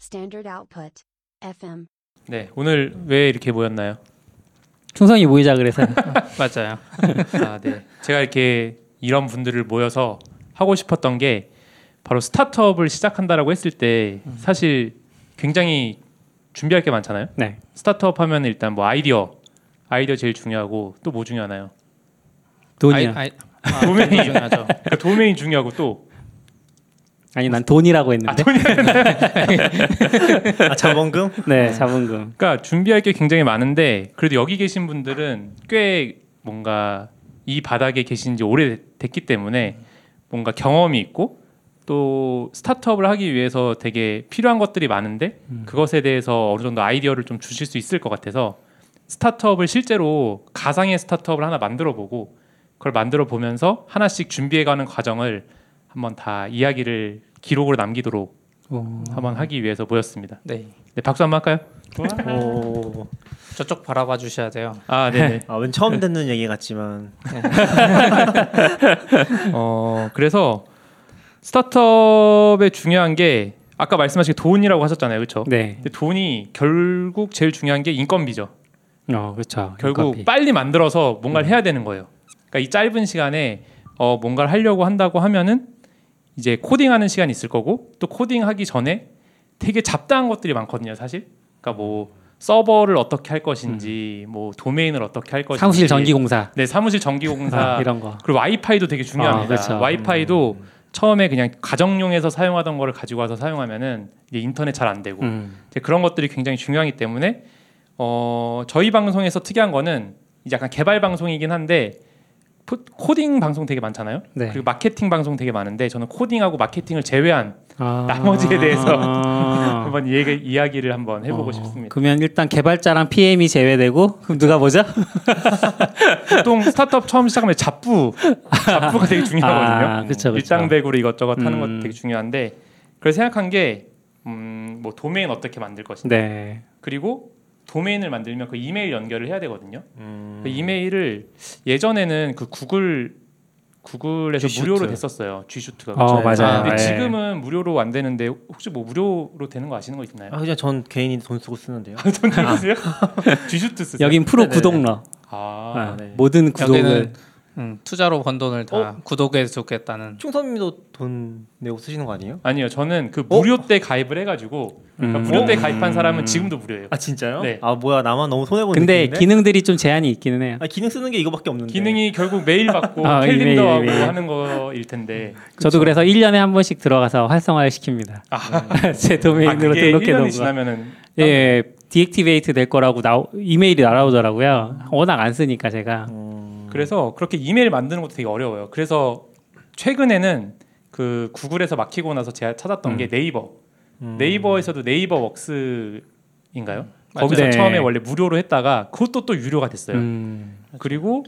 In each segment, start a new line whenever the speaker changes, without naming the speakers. standard output. FM.
네, 오늘 왜 이렇게 모였나요?
충성이 모이자 그래서
맞아요.
아, 네. 제가 이렇게 이런 분들을 모여서 하고 싶었던 게 바로 스타트업을 시작한다라고 했을 때
음.
사실 굉장히 준비할 게 많잖아요.
네.
스타트업 하면 일단 뭐 아이디어, 아이디어 제일 중요하고 또 뭐 중요하나요?
돈이야.
아이, 아이,
도메인.
돈이 중요하죠.
그러니까 도메인 중요하고 또
아니 난 돈이라고 했는데.
아, 자본금?
네 자본금.
그러니까 준비할 게 굉장히 많은데 그래도 여기 계신 분들은 꽤 뭔가 이 바닥에 계신 지 오래됐기 때문에 뭔가 경험이 있고 또 스타트업을 하기 위해서 되게 필요한 것들이 많은데 그것에 대해서 어느 정도 아이디어를 좀 주실 수 있을 것 같아서 스타트업을 실제로 가상의 스타트업을 하나 만들어 보고 그걸 만들어 보면서 하나씩 준비해 가는 과정을 한번 다 이야기를 기록으로 남기도록 한번 하기 위해서 모였습니다.
네.
네, 박수 한번 할까요?
오.
저쪽 바라봐 주셔야 돼요.
아, 네네.
아, 왠
그,
처음 듣는 얘기 같지만
어 그래서 스타트업의 중요한 게 아까 말씀하신 게 돈이라고 하셨잖아요, 그렇죠?
네.
근데 돈이 결국 제일 중요한 게 인건비죠.
어 그렇죠.
결국
인건비. 음.
빨리 만들어서 뭔가를 해야 되는 거예요. 그러니까 이 짧은 시간에 어, 뭔가를 하려고 한다고 하면은 이제 코딩하는 시간이 있을 거고 또 코딩하기 전에 되게 잡다한 것들이 많거든요, 사실. 그러니까 뭐 서버를 어떻게 할 것인지, 뭐 도메인을 어떻게 할 것인지,
음. 사무실 전기공사
네 사무실 전기공사
아, 이런 거.
그리고 와이파이도 되게 중요합니다.
아, 그렇죠.
와이파이도 처음에 그냥 가정용에서 사용하던 거를 가지고 와서 사용하면은 이제 인터넷 잘 안 되고
음.
이제 그런 것들이 굉장히 중요하기 때문에 어 저희 방송에서 특이한 거는 이제 약간 개발 방송이긴 한데 포- 코딩 방송 되게 많잖아요.
네.
그리고 마케팅 방송 되게 많은데 저는 코딩하고 마케팅을 제외한
아.
나머지에 대해서
아.
한번 얘기, 이야기를 한번 해보고
어,
싶습니다.
그러면 일단 개발자랑 PM이 제외되고 그럼 누가 뭐죠?
보통 스타트업 처음 시작하면 잡부 잡부가 되게 중요하거든요.
아, 그쵸, 그쵸.
일당백으로 이것저것 하는 것도
음.
되게 중요한데 그래서 생각한 게 음, 뭐 도메인 어떻게 만들 것인지
네.
그리고 도메인을 만들면 그 이메일 연결을 해야 되거든요.
음.
그 이메일을 예전에는 그 구글 구글에서
G슈트.
무료로 됐었어요. G슈트가.
어
맞아요.
맞아요.
근데 네.
예.
지금은 무료로 안 되는데 혹시 뭐 무료로 되는 거 아시는 거 있나요?
아, 그냥 전 개인이 돈 쓰고 쓰는데요.
돈 쓰세요? G슈트 쓰세요?
아. 여긴 프로
네네네.
구독러.
아,
아,
네.
모든
여기는
구독을
음, 투자로 번 돈을 다
어?
구독에 쏟겠다는.
충선님도 돈 내고 쓰시는 거 아니에요?
아니요. 저는 그 무료 때 가입을 해가지고 그러니까
음.
무료 때 가입한 사람은 지금도 무료예요.
아 진짜요?
네.
아 뭐야 나만 너무 손해 보는
근데
느낌인데?
기능들이 좀 제한이 있기는 해요.
아, 기능 쓰는 게 이거밖에 없는데.
기능이 결국 메일 받고
네. 아,
캘린더하고
이메일, 이메일.
하는 거일 텐데
저도 그래서 1년에 한 번씩 들어가서 활성화를 시킵니다. 제
아,
도메인으로
그게
등록해
1년이
놓은 거.
지나면은
예, 디액티베이트 될 거라고 나 이메일이 날아오더라고요. 워낙 안 쓰니까 제가.
어. 음. 그래서 그렇게 이메일 만드는 것도 되게 어려워요. 그래서 최근에는 그 구글에서 막히고 나서 제가
음.
찾았던 게 네이버. 네이버에서도 네이버 웍스인가요?
맞아요.
거기서
네.
처음에 원래 무료로 했다가 그것도 또 유료가 됐어요.
음.
그리고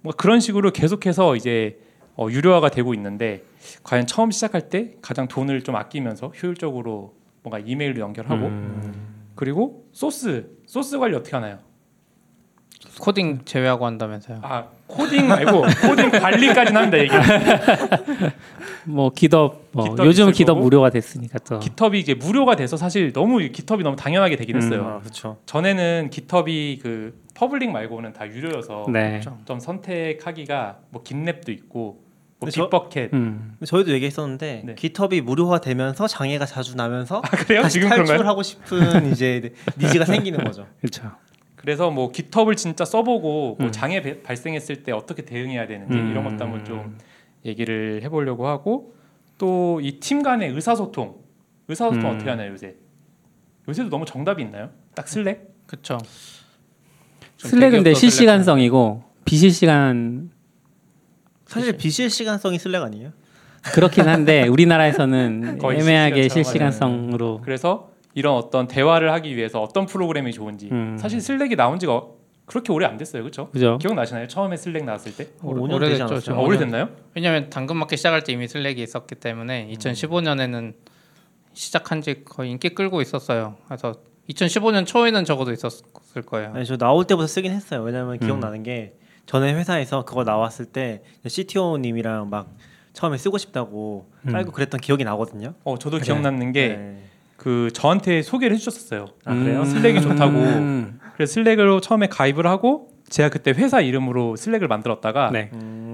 뭐 그런 식으로 계속해서 이제 어, 유료화가 되고 있는데 과연 처음 시작할 때 가장 돈을 좀 아끼면서 효율적으로 뭔가 이메일로 연결하고
음.
그리고 소스 소스 관리 어떻게 하나요?
코딩 제외하고 한다면서요.
아 코딩 말고 코딩 관리까지는 합니다 얘기.
뭐 기덥 뭐
기덥
요즘
있을
기덥
거고.
무료가 됐으니까
아.
또.
깃허브이 이제 무료가 돼서 사실 너무 깃허브이 너무 당연하게 되긴 했어요.
아, 그렇죠.
전에는 깃허브이 그 퍼블릭 말고는 다 유료여서
네.
좀 선택하기가 뭐 깃랩도 있고 뭐
근데 저-
빅버켓
음.
저희도 얘기했었는데
네.
GitHub이 무료화되면서 장애가 자주 나면서
아, 그래요?
다시
지금 그런가요?
탈출하고 싶은 이제 니즈가 생기는 거죠.
그렇죠.
그래서 뭐 깃허브를 진짜 써보고
음.
뭐 장애 배- 발생했을 때 어떻게 대응해야 되는지
음.
이런 것도 한번 좀 얘기를 해보려고 하고 또 이 팀 간의 의사소통 의사소통
음.
어떻게 하나요 요새? 요새도 너무 정답이 있나요? 딱 슬랙?
그렇죠.
슬랙은 내 실시간성이고 비실시간
사실 비실시간성이 슬랙 아니에요?
그렇긴 한데 우리나라에는
거의
애매하게
실시간성으로
실시간성으로
그래서 이런 어떤 대화를 하기 위해서 어떤 프로그램이 좋은지
음.
사실 슬랙이 나온 지가 어- 그렇게 오래 안 됐어요 그렇죠?
그죠?
기억나시나요? 처음에 슬랙 나왔을 때
오, 5년 되지
오래됐죠,
않았어요?
아,
저.
오래됐나요?
왜냐하면 당근마켓 시작할 때 이미 슬랙이 있었기
음.
때문에 2015년에는 시작한 지 거의 인기 끌고 있었어요. 그래서 2015년 초에는 적어도 있었을 거예요.
아니 네, 음. 저 나올 때부터 쓰긴 했어요. 왜냐면 기억나는 게 전에 회사에서 그거 나왔을 때 CTO 님이랑 음. 막 처음에 쓰고 싶다고 깔고 그랬던 기억이 나거든요.
어 저도 기억나는 게 그
네.
그 저한테 소개를 해주셨어요.
아, 그래요?
음.
슬랙이 좋다고.
음.
그래서 슬랙으로 처음에 가입을 하고 제가 그때 회사 이름으로 슬랙을 만들었다가
네.
음.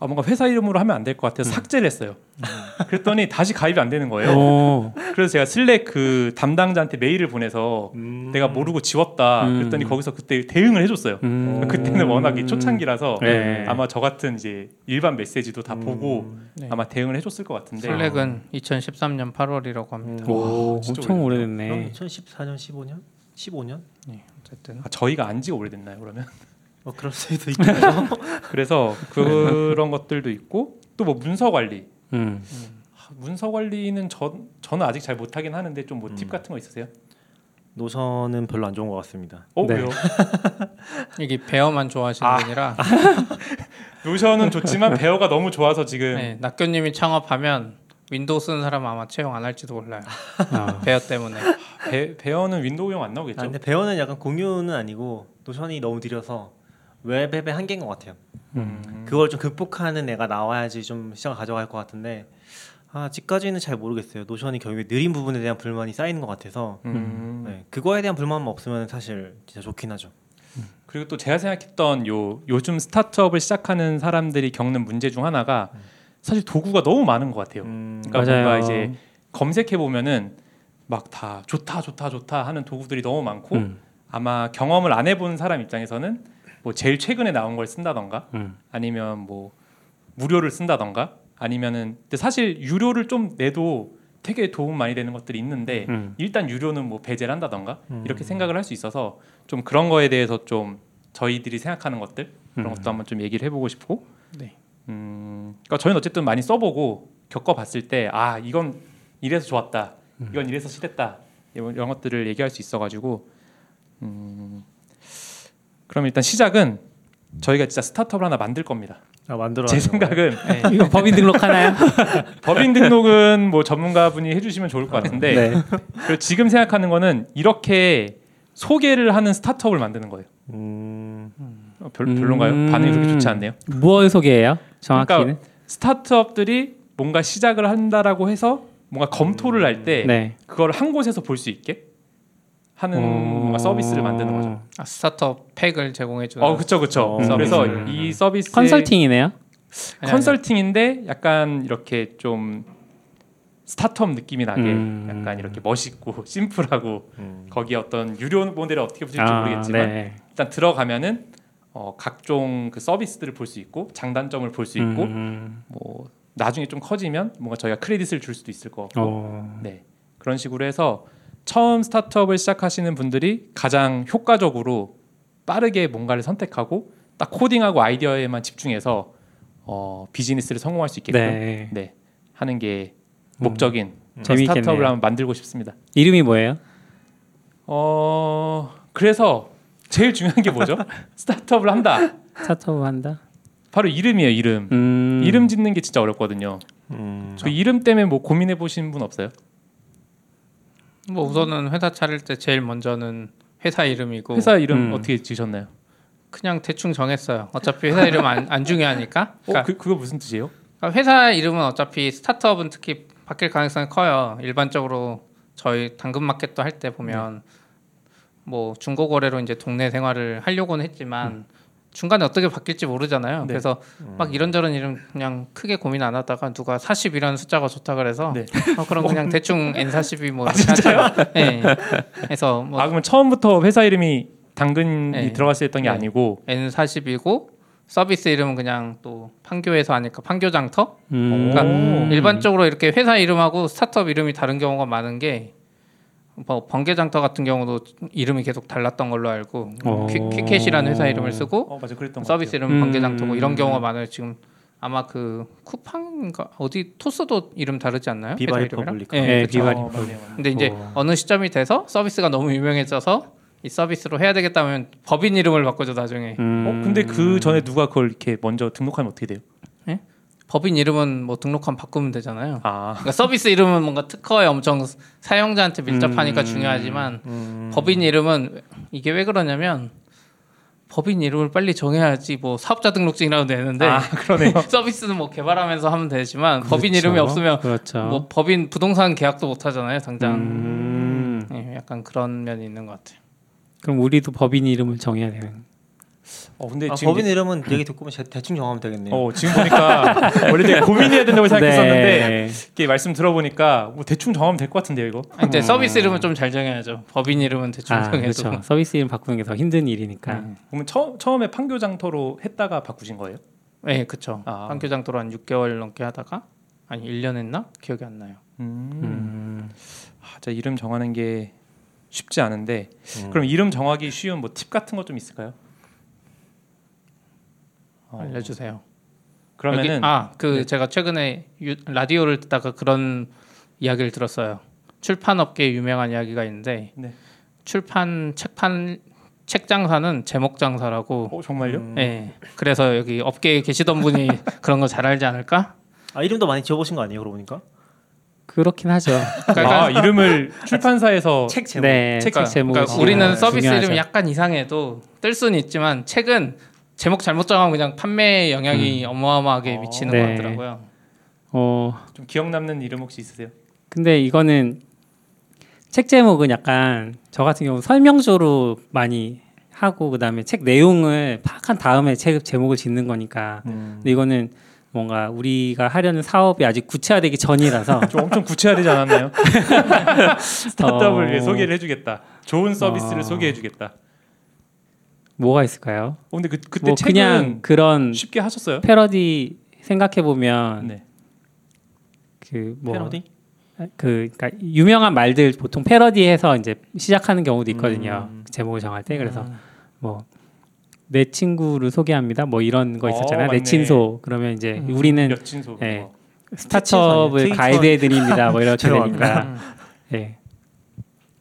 아, 뭔가 회사 이름으로 하면 안 될 것 같아서 삭제를 했어요.
음.
그랬더니 다시 가입이 안 되는
어.
거예요.
오.
그래서 제가 슬랙 그 담당자한테 메일을 보내서
음.
내가 모르고 지웠다.
음.
그랬더니 거기서 그때 대응을 해줬어요.
음.
그때는 워낙 이 초창기라서
네.
아마 저 같은 이제 일반 메시지도 다 보고
네.
아마 대응을 해줬을 것 같은데
아.
슬랙은 2013년 8월이라고 합니다.
음.
오,
와, 진짜
엄청
그럼
오래됐네.
2014년, 15년, 15년?
네, 어쨌든
아, 저희가 안지 오래됐나요 그러면?
뭐 그럴 수도 있겠죠.
그래서 그런 것들도 있고 또 뭐 문서 관리
음.
아, 문서 관리는 전 저는 아직 잘 못하긴 하는데 좀 뭐 팁
음.
같은 거 있으세요?
노선은 별로 안 좋은 것 같습니다.
어
네.
왜요?
이게 베어만 좋아하시는
아.
분이라
노션은 좋지만 배어가 너무 좋아서 지금
네, 낙교님이 창업하면 윈도우 쓰는 사람 아마 채용 안 할지도 몰라요.
아.
베어 때문에.
배, 배어는 윈도우용 안
아,
나오겠죠?
근데 배어는 약간 공유는 아니고 노선이 너무 느려서 웹앱의 한계인 것 같아요.
음.
그걸 좀 극복하는 애가 나와야지 좀 시장 가져갈 것 같은데 아, 아직까지는 잘 모르겠어요. 노션이 결국에 느린 부분에 대한 불만이 쌓이는 것 같아서
음.
네, 그거에 대한 불만만 없으면 사실 진짜 좋긴 하죠.
그리고 또 제가 생각했던 요 요즘 스타트업을 시작하는 사람들이 겪는 문제 중 하나가
음.
사실 도구가 너무 많은 것 같아요.
음,
그러니까 뭔가
맞아요.
이제 검색해 보면은 막 다 좋다 좋다 좋다 하는 도구들이 너무 많고
음.
아마 경험을 안 해본 사람 입장에서는 뭐 제일 최근에 나온 걸 쓴다던가
음.
아니면 뭐 무료를 쓴다던가 아니면은 근데 사실 유료를 좀 내도 되게 도움 많이 되는 것들이 있는데
음.
일단 유료는 뭐 배제를 한다던가
음.
이렇게 생각을 할 수 있어서 좀 그런 거에 대해서 좀 저희들이 생각하는 것들
음.
그런 것도 한번 좀 얘기를 해보고 싶고
네.
음, 그러니까 저희는 어쨌든 많이 써보고 겪어봤을 때 아 이건 이래서 좋았다 이건 이래서 싫었다 이런, 이런 것들을 얘기할 수 있어가지고 음, 그럼 일단 시작은 저희가 진짜 스타트업을 하나 만들 겁니다
아, 만들어.
제 생각은
네.
이거 법인 등록하나요?
법인 등록은 뭐 전문가분이 해주시면 좋을 것 같은데 그리고 지금 생각하는 거는 이렇게 소개를 하는 스타트업을 만드는 거예요.
음,
어, 별, 별론가요? 반응이 그렇게 좋지 않네요.
무엇 소개예요? 정확히는?
그러니까, 스타트업들이 뭔가 시작을 한다라고 해서 뭔가 검토를 할 때
네.
그걸 한 곳에서 볼 수 있게
어.
하는 음, 뭔가 서비스를 만드는 거죠.
음.
아, 스타트업 팩을 제공해주는.
어, 그쵸, 음. 그쵸.
어,
그래서
서비스.
이 서비스
컨설팅이네요.
아니,
컨설팅인데 약간 이렇게 좀 스타트업 느낌이 나게
음.
약간 이렇게 멋있고 심플하고
음.
거기에 어떤 유료 모델을 어떻게 붙일지 모르겠지만
네.
일단 들어가면은 어, 각종 그 서비스들을 볼 수 있고 장단점을 볼 수 있고
음.
뭐 나중에 좀 커지면 뭔가 저희가 크레딧을 줄 수도 있을 것 같고
어.
네 그런 식으로 해서 처음 스타트업을 시작하시는 분들이 가장 효과적으로 빠르게 뭔가를 선택하고 딱 코딩하고 아이디어에만 집중해서 어, 비즈니스를 성공할 수 있게끔
네.
네, 하는 게 목적인
음.
그런 스타트업을
재미있겠네요.
한번 만들고 싶습니다.
이름이 뭐예요?
어 그래서 제일 중요한 게 뭐죠? 스타트업을 한다.
스타트업 한다.
바로 이름이에요 이름
음.
이름 짓는 게 진짜 어렵거든요
음.
그 이름 때문에 뭐 고민해 보신 분 없어요
뭐 우선은 회사 차릴 때 제일 먼저는 회사 이름이고
회사 이름
음.
그 어떻게 지으셨나요
그냥 대충 정했어요. 어차피 회사 이름 안, 안 중요하니까.
어,
그러니까
그, 그거 무슨 뜻이에요
그러니까 회사 이름은 어차피 스타트업은 특히 바뀔 가능성이 커요. 일반적으로 저희 당근 마켓도 할 때 보면 뭐 중고 거래로 이제 동네 생활을 하려고는 했지만 중간에 어떻게 바뀔지 모르잖아요.
음. 네.
그래서 막 이런저런 이름 그냥 크게 고민 안 하다가 누가 40이라는 숫자가 좋다 그래서
네.
어, 그럼 그냥 대충 N42 뭐 이렇게 하죠. 예. 그래서 뭐
아 그러면 처음부터 회사 이름이 당근이
네.
들어갔을 때 했던 게
네.
아니고
N40이고 서비스 이름은 그냥 또 판교에서 하니까 판교장터
음.
그러니까 일반적으로 이렇게 회사 이름하고 스타트업 이름이 다른 경우가 많은 게 뭐, 번개장터 같은 경우도 이름이 계속 달랐던 걸로 알고
어.
퀵- 퀵캣이라는 회사 이름을 쓰고
어 맞아 그랬던 거
서비스
서비스
이름 은
음.
번개장터고 뭐 이런 경우가 많아요. 지금 아마 그 쿠팡인가 어디 토스도 이름 다르지 않나요? 회사
비바리
이름이랑?
퍼블리카.
예,
네,
그쵸.
비바리.
어, 맞네요, 맞네요.
근데 이제
어.
어느 시점이 돼서 서비스가 너무 유명해져서 이 서비스로 해야 되겠다면 법인 이름을 바꾸죠 나중에.
음.
어 근데 그 전에 누가 그걸 이렇게 먼저 등록하면 어떻게 돼요
법인 이름은 뭐 등록하면 바꾸면 되잖아요.
아
그러니까 서비스 이름은 뭔가 특허에 엄청
음,
사용자한테 밀접하니까 중요하지만 법인 이름은 이게 왜 그러냐면 법인 이름을 빨리 정해야지 뭐 사업자 등록증이라도 내는데
아 그러네요.
서비스는 뭐 개발하면서 하면 되지만 법인
그렇죠.
이름이 없으면
그렇죠.
뭐 법인 부동산 계약도 못 하잖아요 당장
음.
예, 약간 그런 면이 있는 것 같아요
그럼 우리도 법인 이름을 정해야 되는.
어, 근데
아,
지금
법인 이름은 얘기 듣고 보면 제- 대충 정하면 되겠네요.
어 지금 보니까 원래 되게 고민해야 된다고 생각했었는데
네.
이렇게 말씀 들어보니까 뭐 대충 정하면 될 것 같은데 요 이거.
아니, 근데 서비스 이름은 좀 잘 정해야죠 법인 이름은 대충
음. 아,
정해도
그렇죠. 서비스 이름 바꾸는 게 더 힘든 일이니까.
음.
그러면 처, 처음에 판교장터로 했다가 바꾸신 거예요?
네, 그렇죠.
아.
판교장 도로 한 6개월 넘게 하다가 아니 1년 했나? 기억이 안 나요.
음. 아, 자 이름 정하는 게 쉽지 않은데
음.
그럼 이름 정하기 쉬운 뭐 팁 같은 거 좀 있을까요? 어,
알려주세요.
그러면은 네.
여기- 아, 그 제가 최근에 유- 라디오를 듣다가 그런 이야기를 들었어요. 출판업계에 유명한 이야기가 있는데
네.
출판 책판 책 장사는 제목 장사라고.
어, 정말요?
네. 그래서 여기 업계에 계시던 분이 그런 거 잘 알지 않을까?
아 이름도 많이 지어보신 거 아니에요? 그러고 보니까
그렇긴 하죠.
그러니까
아 이름을 출판사에서
책 제목.
네. 책
그러니까,
제목.
그러니까
아,
우리는 서비스 이름이 약간 이상해도 뜰 수는 있지만 책은 제목 잘못 정하면 그냥 판매 영향이 어마어마하게
어.
미치는
네.
것 같더라고요.
어
좀 기억 남는 이름 혹시 있으세요?
근데 이거는 책 제목은 약간 저 같은 경우 설명조로 많이 하고 그다음에 책 내용을 파악한 다음에 책 제목을 짓는 거니까.
음.
근데 이거는 뭔가 우리가 하려는 사업이 아직 구체화되기 전이라서
아, 좀 엄청 구체화되지 않았나요? 스타트업을
어.
위해 소개를 해주겠다. 좋은 서비스를
아.
소개해주겠다. 어,
뭐가 있을까요?
근데 그 그때
뭐
책은
그냥 그런
쉽게 하셨어요?
패러디 생각해 보면
네.
그뭐
패러디?
그 그러니까 유명한 말들 보통 패러디해서 이제 시작하는 경우도 있거든요. 제목을 정할 때 그래서 뭐 내 친구를 소개합니다. 뭐 이런 거
어,
있었잖아요.
맞네. 음.
내 친소 그러면 이제 우리는
여친소.
예.
네.
스타트업을
트위터
가이드해 드립니다. 뭐 이렇게
죄송합니다.
되니까 예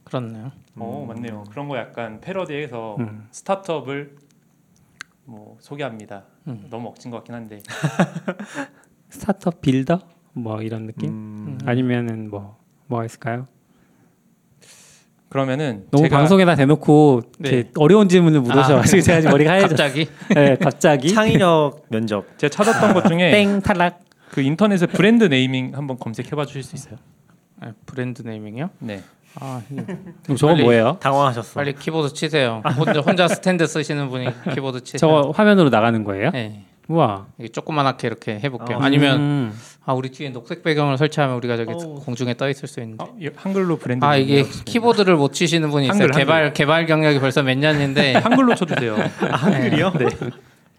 그렇네요.
어 맞네요. 그런 거 약간 패러디해서 스타트업을 뭐 소개합니다. 너무 억진 것 같긴 한데
스타트업 빌더 뭐 이런 느낌
음.
아니면은 뭐 뭐가 있을까요?
그러면은
너무
제가
방송에다 대놓고
네.
이렇게 어려운 질문을 물으셔가지고 제가 지금 머리가 하얘졌어요.
갑자기
네, 갑자기
창의력 면접.
제가 찾았던 것 중에
땡 탈락.
그 인터넷에 브랜드 네이밍 한번 검색해봐 주실 수 있어요?
아, 브랜드 네이밍이요?
네.
아,
그럼 저건
빨리.
뭐예요?
당황하셨어.
빨리 키보드 치세요. 혼자 혼자 스탠드 쓰시는 분이 키보드 치세요.
저거 화면으로 나가는 거예요?
네.
우와.
이게 조그만하게 이렇게 해볼게요.
어.
아니면
음.
아 우리 뒤에 녹색 배경을 설치하면 우리가 저기
어우.
공중에 떠 있을 수 있는데.
아, 예, 한글로 브랜드.
아 이게
네이밍.
키보드를 못 치시는 분이 있어요.
한글, 한글.
개발 개발 경력이 벌써 몇 년인데
한글로 쳐주세요.
한글이요? 네.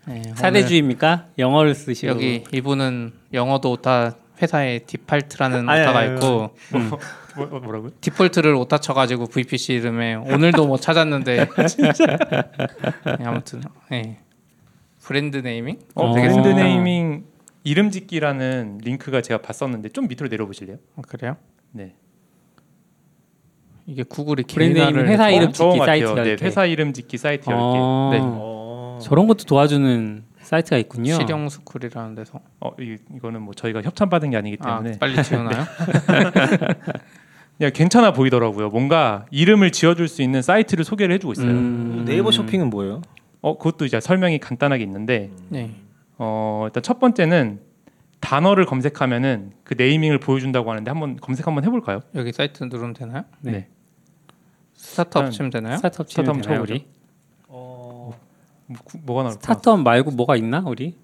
네, 오늘
사대주의입니까? 영어를 쓰시고
여기 이분은 영어도 오타 회사에 디팔트라는
아니,
오타가
아니, 아니.
있고
음.
뭐, 뭐, 뭐라고요?
디폴트를 오타 쳐가지고 VPC 이름에 오늘도 못 찾았는데 네, 아무튼 예. 브랜드 네이밍
어,
어.
브랜드
어.
네이밍 이름 짓기라는 링크가 제가 봤었는데 좀 밑으로 내려보실래요?
어, 그래요?
네.
이게 구글이
브랜드 네이밍
개인화를-
회사
어, 좋은
이름
것
짓기
같아요.
사이트
네,
이렇게.
회사 이름 짓기 사이트
어.
10개. 네.
어.
저런 것도 도와주는 사이트가 있군요.
실용 스쿨이라는 데서
어, 이, 이거는 뭐 저희가 협찬 받은 게 아니기
아,
때문에
빨리 지우나요?
그냥 괜찮아 보이더라고요. 뭔가 이름을 지어줄 수 있는 사이트를 소개를 해주고 있어요.
음.
뭐그 네이버 쇼핑은 뭐예요?
어, 그것도 이제 설명이 간단하게 있는데
네.
어, 일단 첫 번째는 단어를 검색하면은 그 네이밍을 보여준다고 하는데 한번 검색 한번 해볼까요?
여기 사이트 누르면 되나요?
네.
스타트업
일단
치면 되나요?
스타트업 치면
스타트업
되나요,
쳐보죠.
우리?
어,
뭐, 구- 뭐가 나올까?
스타트업 말고 뭐가 있나 우리?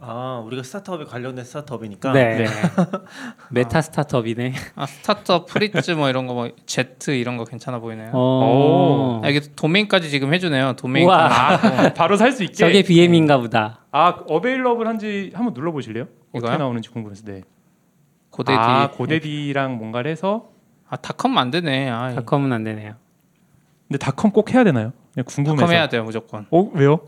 아 우리가 스타트업에 관련된 스타트업이니까.
네. 메타 스타트업이네.
아 스타트업 프리츠 뭐 이런 거뭐 제트 이런 거 괜찮아 보이네요.
어.
아, 이게 도메인까지 지금 해주네요. 도메인
우와.
아,
어, 바로 살 수 있게. 네.
저게 BM인가 보다.
아 어베일러블 한지 한번 눌러보실래요? 어떻게
이거요?
나오는지 궁금해서. 네.
고데디
아
아,
고데디랑 뭔가를 해서.
닷컴 안 되네. 아,
닷컴은 안 되네요.
근데 닷컴 꼭 해야 되나요? 그냥 궁금해서.
닷컴 해야 돼요 무조건.
어 왜요?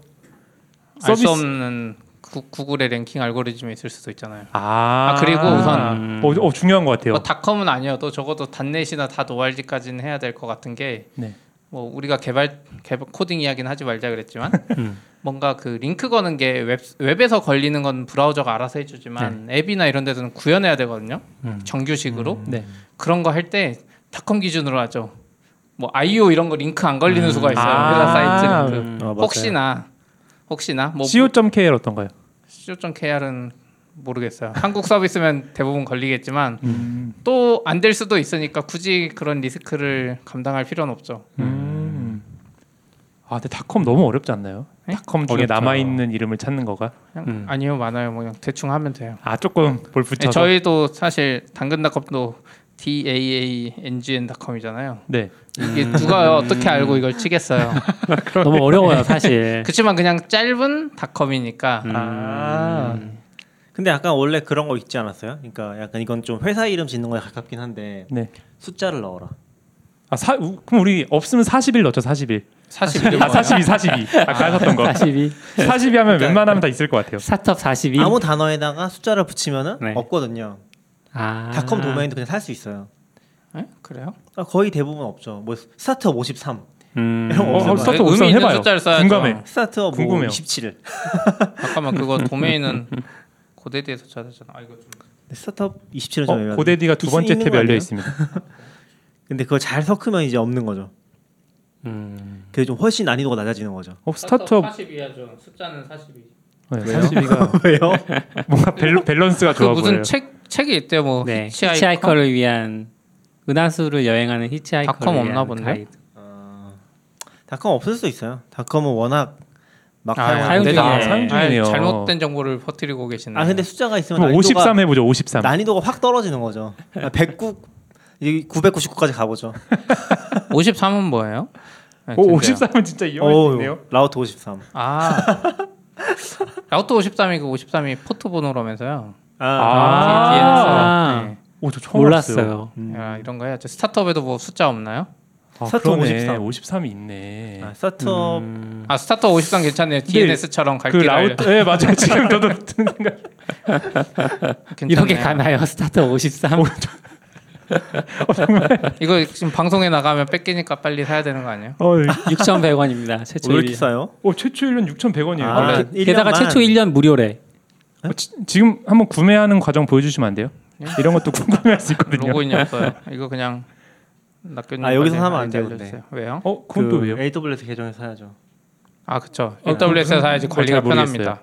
알
서비스-
수 없는 구, 구글의 랭킹 알고리즘이 있을 수도 있잖아요.
아,
아, 그리고 우선- 음.
어, 어, 중요한 것 같아요.
뭐 닷컴은 아니어도 적어도 단넷이나 다노알지까지는 해야 될 것 같은 게
네.
뭐 우리가 개발 개발 코딩 이야기는 하지 말자 그랬지만
음.
뭔가 그 링크 거는 게 웹, 웹에서 걸리는 건 브라우저가 알아서 해주지만 앱이나 이런 데서는 구현해야 되거든요 정규식으로
음. 네.
그런 거 할 때 닷컴 기준으로 하죠 뭐 IO 이런 거 링크 안 걸리는 수가 있어요
아.
회사 사이트 링크
음.
아, 맞아요.
혹시나 혹시나 뭐
co.kr 어떤가요?
co.kr은 모르겠어요. 한국 서비스면 대부분 걸리겠지만 또 안 될 수도 있으니까 굳이 그런 리스크를 감당할 필요는 없죠.
음. 아, 근데 닷컴 너무 어렵지 않나요?
네?
닷컴 중에
어렵죠.
남아 있는 이름을 찾는 거가
그냥 아니요 많아요. 뭐 그냥 대충 하면 돼요.
아 조금 볼
네,
붙여서
저희도 사실 당근닷컴도 d a a n g n.com이잖아요.
네.
이게 누가 어떻게 알고 이걸 치겠어요.
너무 어려워요 사실.
그렇지만 그냥 짧은 닷컴이니까
아.
근데 약간 원래 그런 거 있지 않았어요? 그러니까 약간 이건 좀 회사 이름 짓는 거에 가깝긴 한데
네.
숫자를 넣어라.
아, 사, 우- 그럼 우리 없으면 40일 넣죠, 40일.
사실 이런
아,
거예요.
42, 42. 아까 하셨던 거.
42
40이 하면 웬만하면 다 있을 것 같아요.
스타트업 42.
아무 단어에다가 숫자를 붙이면은
네.
없거든요.
아.
닷컴 도메인도 그냥 살 수 있어요.
에? 네? 그래요?
아, 거의 대부분 없죠. 뭐 스타트업 53,
음.
이런 거 없어요.
어, 스타트
의미
우선
있는
해봐요.
숫자를 써야죠.
궁금해.
스타트업 뭐
궁금해요.
27.
잠깐만 그거 도메인은 고대대에서 찾았잖아 이거 좀
네, 스타트업 27은 좀
어,
애매하네.
고데디가 두
있-
번째
있는
탭에
거
열려
아니에요?
있습니다.
근데 그걸 잘 섞으면 이제 없는 거죠.
음.
그게 좀 훨씬 난이도가 낮아지는 거죠.
어, 스타트업
42야죠. 숫자는 42.
네, 42가
왜요?
뭔가 밸- 밸런스가
그
좋아
무슨
보여요.
책 책이 있대요. 뭐
네.
히치하이커?
히치하이커를 위한 은하수를 여행하는 히치하이커.
닷컴 없나 본데?
닷컴 없을 수도 있어요. 닷컴은 워낙 막
아,
사용하는
사용
데가-
중이에요.
아,
사용
아이,
중이네요.
잘못된 정보를 퍼뜨리고 계시네.
아 근데 숫자가 있으면
그럼
난이도가
53 해보죠, 53.
난이도가 확 떨어지는 거죠. 109 이제 999까지 가보죠.
53은 뭐예요? 네,
어, 오,
진짜요.
53은 진짜 이용할 수
오,
있네요.
라우트 53.
아. 라우터 53이 그 53이 포트 번호라면서요.
아,
아.
뒤에서 네.
오, 저 처음 알았어요.
몰랐어요.
야, 아, 이런 거야. 저 스타트업에도 뭐 숫자 없나요?
아,
스타트업
그러네.
53.
53이 있네.
아, 스타트업
음.
아, 스타트업 53 괜찮네요. DNS처럼 갈
그
길을
라우트, 예, 맞아요. 지금 저도 드는 생각.
괜찮네요.
이렇게 가나요? 스타트업 53.
이거 지금 방송에 나가면 뺏기니까 빨리 사야 되는 거 아니에요?
어, 예.
6,100원입니다. 최초
왜 이렇게
1년.
싸요?
어, 최초 1년 6,100원이에요. 어,
아,
원래
일
게다가
년만.
최초 1년 무료래.
네.
지금 한번 구매하는 과정 보여주시면 안 돼요? 이런 것도 궁금해할 수 있거든요.
로그인이 없어요. 이거 그냥 낙교님
아, 여기서
빨리
사면 안
알려주세요.
되는데.
왜요?
어, 그건 또 왜요?
AWS 계정에서 사야죠.
아 그쵸.
아,
AWS에서 사야지
그건
관리가
잘 모르겠어요.
편합니다.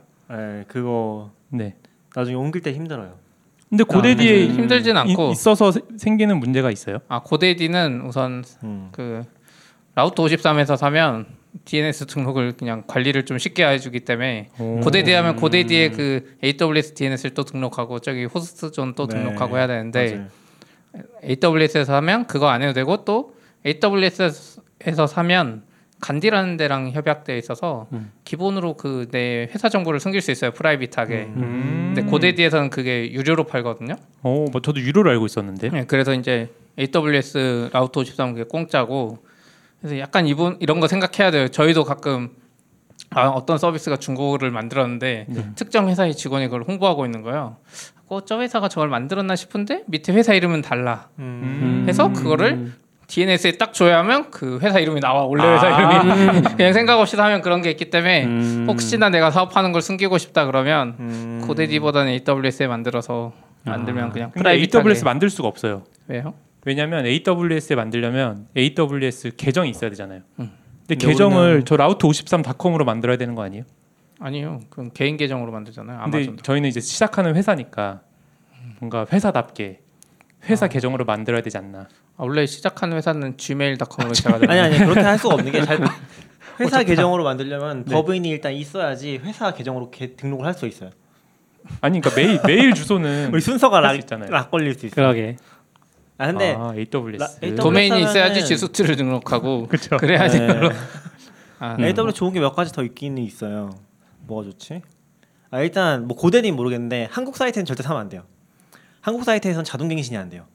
네, 그거
네.
나중에 옮길 때 힘들어요.
근데 고데디에
음, 힘들진
이-
않고.
있어서 세- 생기는 문제가 있어요.
아 고데디는 우선
음.
그 라우터 53에서 사면 DNS 등록을 그냥 관리를 좀 쉽게 해주기 때문에 고데디 하면 고데디에
음.
그 AWS DNS를 또 등록하고 저기 호스트 존 또
네.
등록하고 해야 되는데
맞아요.
AWS에서 하면 그거 안 해도 되고 또 AWS에서 사면 간디라는 데랑 협약돼 있어서
음.
기본으로 그 내 회사 정보를 숨길 수 있어요 프라이빗하게.
음.
근데 고데디에서는 그게 유료로 팔거든요.
어, 뭐 저도 유료로 알고 있었는데.
네, 그래서 이제 AWS 라우터 53 그게 공짜고 그래서 약간 이분 이런 거 생각해야 돼요. 저희도 가끔 아, 어떤 서비스가 중고를 만들었는데
네.
특정 회사의 직원이 그걸 홍보하고 있는 거예요. 어, 저 회사가 저걸 만들었나 싶은데 밑에 회사 이름은 달라.
음.
음.
해서 그거를 DNS에 딱 줘야 하면 그 회사 이름이 나와 원래 회사
아.
이름이 그냥 생각 없이 하면 그런 게 있기 때문에
음.
혹시나 내가 사업하는 걸 숨기고 싶다 그러면 고데디보다는 AWS에 만들어서 만들면 그냥
아. 근데
프라이빗하게 네.
AWS 만들 수가 없어요.
왜요?
왜냐면 AWS에 만들려면 AWS 계정이 있어야 되잖아요.
음.
근데
근데
계정을 저 라우트53.com으로 만들어야 되는 거 아니에요?
아니요. 그건 개인 계정으로 만들잖아요.
근데
아마존.
저희는 이제 시작하는 회사니까 뭔가 회사답게 회사 계정으로 만들어야 되지 않나.
아, 원래 시작한 회사는 gmail.com으로 시작하잖아요.
아니 아니 그렇게 할 수가 없는 게 잘 회사 계정으로 만들려면
네.
법인이 일단 있어야지 회사 계정으로 개- 등록을 할 수 있어요.
아니 그러니까 메일 메일 주소는
우리 순서가
음. 할수
락,
있잖아요.
락 걸릴 수 있어요.
그러게.
아 근데
아, AWS.
라- AWS.
도메인이 있어야지
회사는-
지수트를 등록하고 그래야지
아,
네.
그걸 아,
음.
AWS 좋은 게 몇 가지 더 있기는 있어요. 뭐가 좋지? 아 일단 뭐 고대는 모르겠는데 한국 사이트는 절대 사면 안 돼요. 한국 사이트에선 자동 갱신이 안 돼요.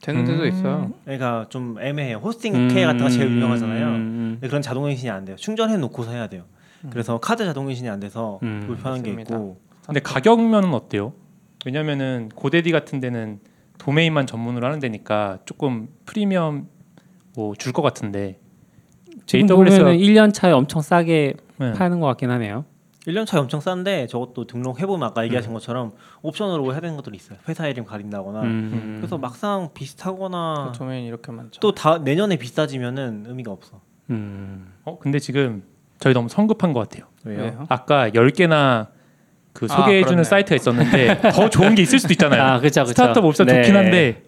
되는 데도
음.
있어요.
그러니까 좀 애매해요. 호스팅
음.
케이 같은 거 제일 유명하잖아요.
음.
근데 그런 자동 갱신이 안 돼요. 충전해 놓고서 해야 돼요. 그래서 카드 자동 갱신이 안 돼서
음,
불편한 게
맞습니다.
있고
근데 가격면은 어때요? 왜냐면은 고데디 같은 데는 도메인만 전문으로 하는 데니까 조금 프리미엄 뭐 줄 것 같은데
지금
AWS 가-
보면은 1년 차에 엄청 싸게
네.
파는 것 같긴 하네요.
1년 차이 엄청 싼데 저것도 등록해보면 아까 얘기하신 것처럼 옵션으로 해야 되는 것들이 있어요. 회사 이름 가린다거나
음.
그래서 막상
아.
비슷하거나
그렇죠, 그 도메인 이렇게 많죠.
또 다, 내년에 비싸지면은 의미가 없어.
음.
어 근데 지금 저희 너무 성급한 것 같아요.
왜요?
네.
아까 10개나 그
아,
소개해 주는
그렇네요.
사이트가 있었는데 더 좋은 게 있을 수도 있잖아요.
아, 그쵸, 그쵸.
스타트업 업사
네.
좋긴 한데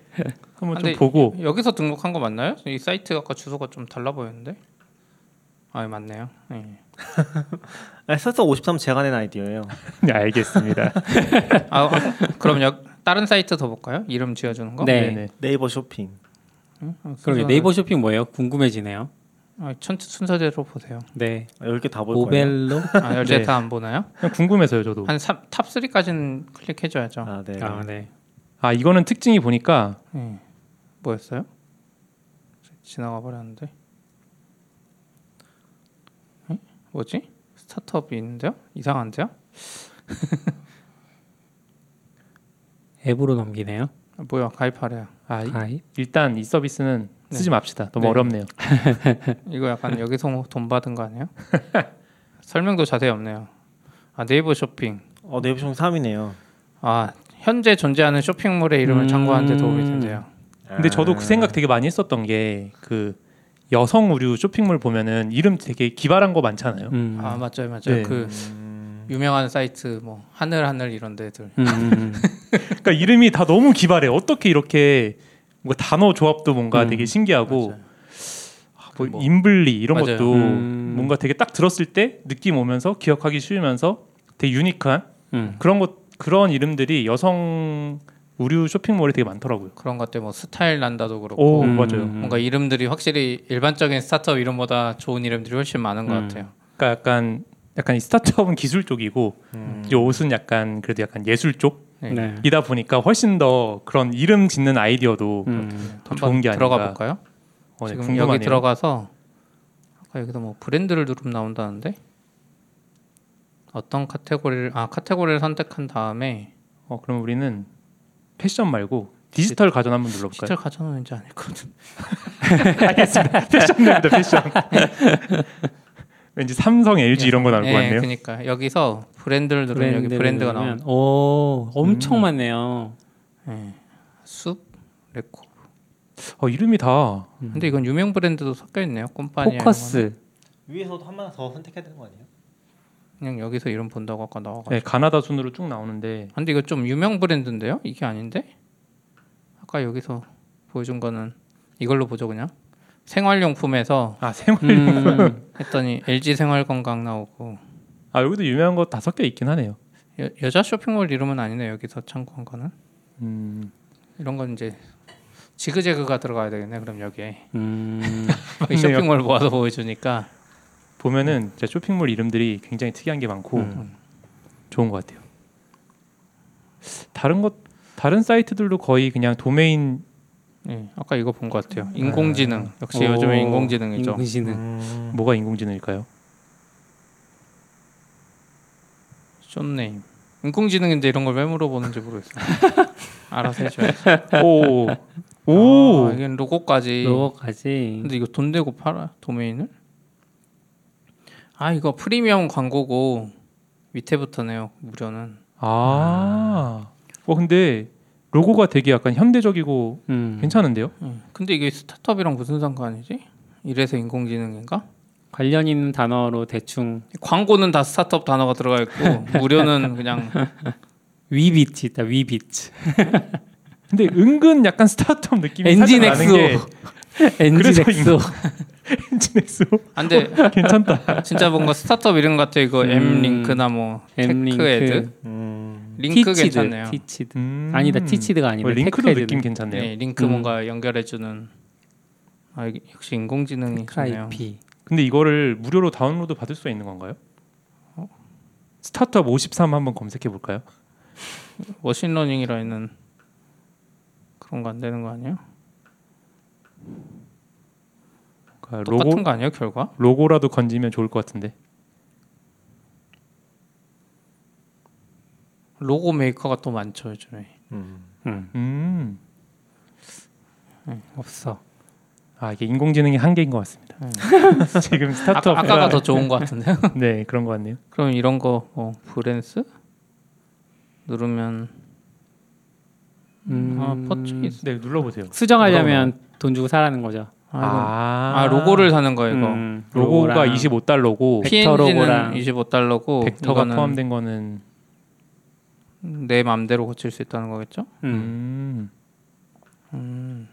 한번 좀
근데
보고
여기서 등록한 거 맞나요? 이 사이트 아까 주소가 좀 달라 보였는데. 아, 예, 맞네요. 예.
아니, 스타트업 53 제가 낸 아이디어예요.
네, 알겠습니다.
아, 어, 그럼 여, 다른 사이트 더 볼까요? 이름 지어 주는 거?
네.
네네.
네이버 쇼핑.
어,
그러게
순서-
네이버 쇼핑 뭐예요? 궁금해지네요.
아, 천 순서대로 보세요.
네.
10개 다 볼 거예요.
오벨로.
아, 열제
네.
다안 보나요?
그냥 궁금해서요, 저도.
한 탑 3까지는 클릭해 줘야죠.
아, 네.
아, 네.
아, 이거는 특징이 보니까
뭐였어요? 지나가 버렸는데. 응? 뭐지? 스타트업이 있는데요? 이상한데요?
앱으로 넘기네요.
아, 뭐야 가입하래요.
아, 이-
아이.
일단 이 서비스는 쓰지 맙시다. 너무
네.
어렵네요.
이거 약간 여기서 뭐 돈 받은 거 아니에요? 설명도 자세히 없네요. 아 네이버 쇼핑.
어, 네이버 쇼핑 3이네요.
아 현재 존재하는 쇼핑몰의 이름을
음.
참고하는 데 도움이 된대요.
근데 저도 그
음.
생각 되게 많이 했었던 게 그 여성 의류 쇼핑몰 보면은 이름 되게 기발한 거 많잖아요.
음.
아 맞아요 맞아요.
네.
그 유명한 사이트 뭐 하늘 하늘 이런 데들.
음, 음.
그러니까 이름이 다 너무 기발해. 어떻게 이렇게 뭔가 단어 조합도 뭔가 되게 신기하고
음. 맞아요.
아, 뭐
뭐.
인블리 이런
맞아요.
것도
음.
뭔가 되게 딱 들었을 때 느낌 오면서 기억하기 쉬우면서 되게 유니크한
음.
그런 것 그런 이름들이 여성 의류 쇼핑몰에 되게 많더라고요.
그런 것들 뭐 스타일 난다도 그렇고
오
음.
맞아요.
뭔가 이름들이 확실히 일반적인 스타트업 이름보다 좋은 이름들이 훨씬 많은 것
음.
같아요.
그러니까 약간 약간 이 스타트업은 기술 쪽이고
음.
이 옷은 약간 그래도 약간 예술 쪽이다
네.
네.
보니까 훨씬 더 그런 이름 짓는 아이디어도
음.
더
한번
좋은 게
들어가
아닌가.
볼까요?
어, 네,
지금
궁금하네요.
여기 들어가서 아까 여기도 뭐 브랜드를 누르면 나온다는데 어떤 카테고리를 아 카테고리를 선택한 다음에
어, 그럼 우리는 패션 말고
네.
디지털 가전 한번 눌러볼까요?
시트를 가져놓는지 아닐 것 같은데 네,
패션입니다 패션. 왠지 삼성, LG 이런 거 나올 것 같네요.
그러니까 여기서 브랜드를 누르면 여기
브랜드를
브랜드가 나와
누르면- 오, 엄청 많네요.
숲 레코
어, 이름이 다
근데 이건 유명 브랜드도 섞여 있네요 콤파니
포커스.
위에서도 하나 더 선택해야 되는 거 아니에요?
그냥 여기서 이름 본다고 아까 나와가지고
네, 가나다 순으로 쭉 나오는데
아, 근데 이거 좀 유명 브랜드인데요? 이게 아닌데? 아까 여기서 보여준 거는 이걸로 보죠 그냥 생활용품에서
아 생활
음.
했더니 LG 생활건강 나오고
아 여기도 유명한 거 다 섞여 있긴 하네요.
여, 여자 쇼핑몰 이름은 아니네 여기서 참고한 거는
음,
이런 건 이제 지그재그가 들어가야 되겠네 그럼 여기에
음.
이 쇼핑몰 모아서 보여주니까
보면은 진짜 쇼핑몰 이름들이 굉장히 특이한 게 많고
음.
좋은 것 같아요. 다른 것 다른 사이트들도 거의 그냥 도메인
예, 아까 이거 본 것 같아요 인공지능 역시
오,
요즘에 네. 인공지능이죠
인공지능.
뭐가 인공지능일까요?
쇼네임 인공지능인데 이런 걸 왜 물어보는지 모르겠어요 알아서 해줘요
오, 오,
아, 이건 로고까지
로고까지.
근데 이거 돈 내고 팔아 도메인을? 아 이거 프리미엄 광고고 밑에부터네요 무료는
아, 어 근데 로고가 되게 약간 현대적이고
음.
괜찮은데요?
음, 근데 이게 스타트업이랑 무슨 상관이지? 이래서 인공지능인가?
관련 있는 단어로 대충
광고는 다 스타트업 단어가 들어가 있고 무료는 그냥
위비치 있다. 위비치.
근데 은근 약간 스타트업 느낌이 살짝 나는
엔진엑소.
게
엔진엑소.
엔진엑소
안돼
괜찮다.
아, 진짜 뭔가 스타트업 이름 같아 이거
음.
M 링크나 뭐 테크에드
엠링크.
음.
링크
티치드,
괜찮네요.
티치드.
음.
아니다. 티치드가
어,
아니다.
링크도
테크헤드네.
느낌 괜찮네요.
네 링크
음.
뭔가 연결해주는 아 이게 역시 인공지능이 좋네요.
크라이피.
근데 이거를 무료로 다운로드 받을 수 있는 건가요?
어?
스타트업 53 한번 검색해 볼까요?
머신러닝이라 는 그런 거 안 되는 거 아니에요?
그러니까
똑같은
로고
거 아니에요 결과?
로고라도 건지면 좋을 것 같은데.
로고 메이커가 또 많죠 요즘에
음.
없어
아 이게 인공지능의 한계인 것 같습니다. 지금
아까,
스타트업
아까가 더 좋은 것 같은데요?
네 그런 것 같네요.
그럼 이런 거 뭐, 브랜스 누르면
음.
아, 퍼치
네 눌러보세요.
수정하려면 돈 주고 사라는 거죠.
아,
아, 로고를 사는 거예요 이거.
음,
로고가
로고랑.
25달러고
벡터
PNG는
로고랑
25달러고
벡터가
이거는
포함된 거는
내 맘대로 고칠 수 있다는 거겠죠?
음.
음.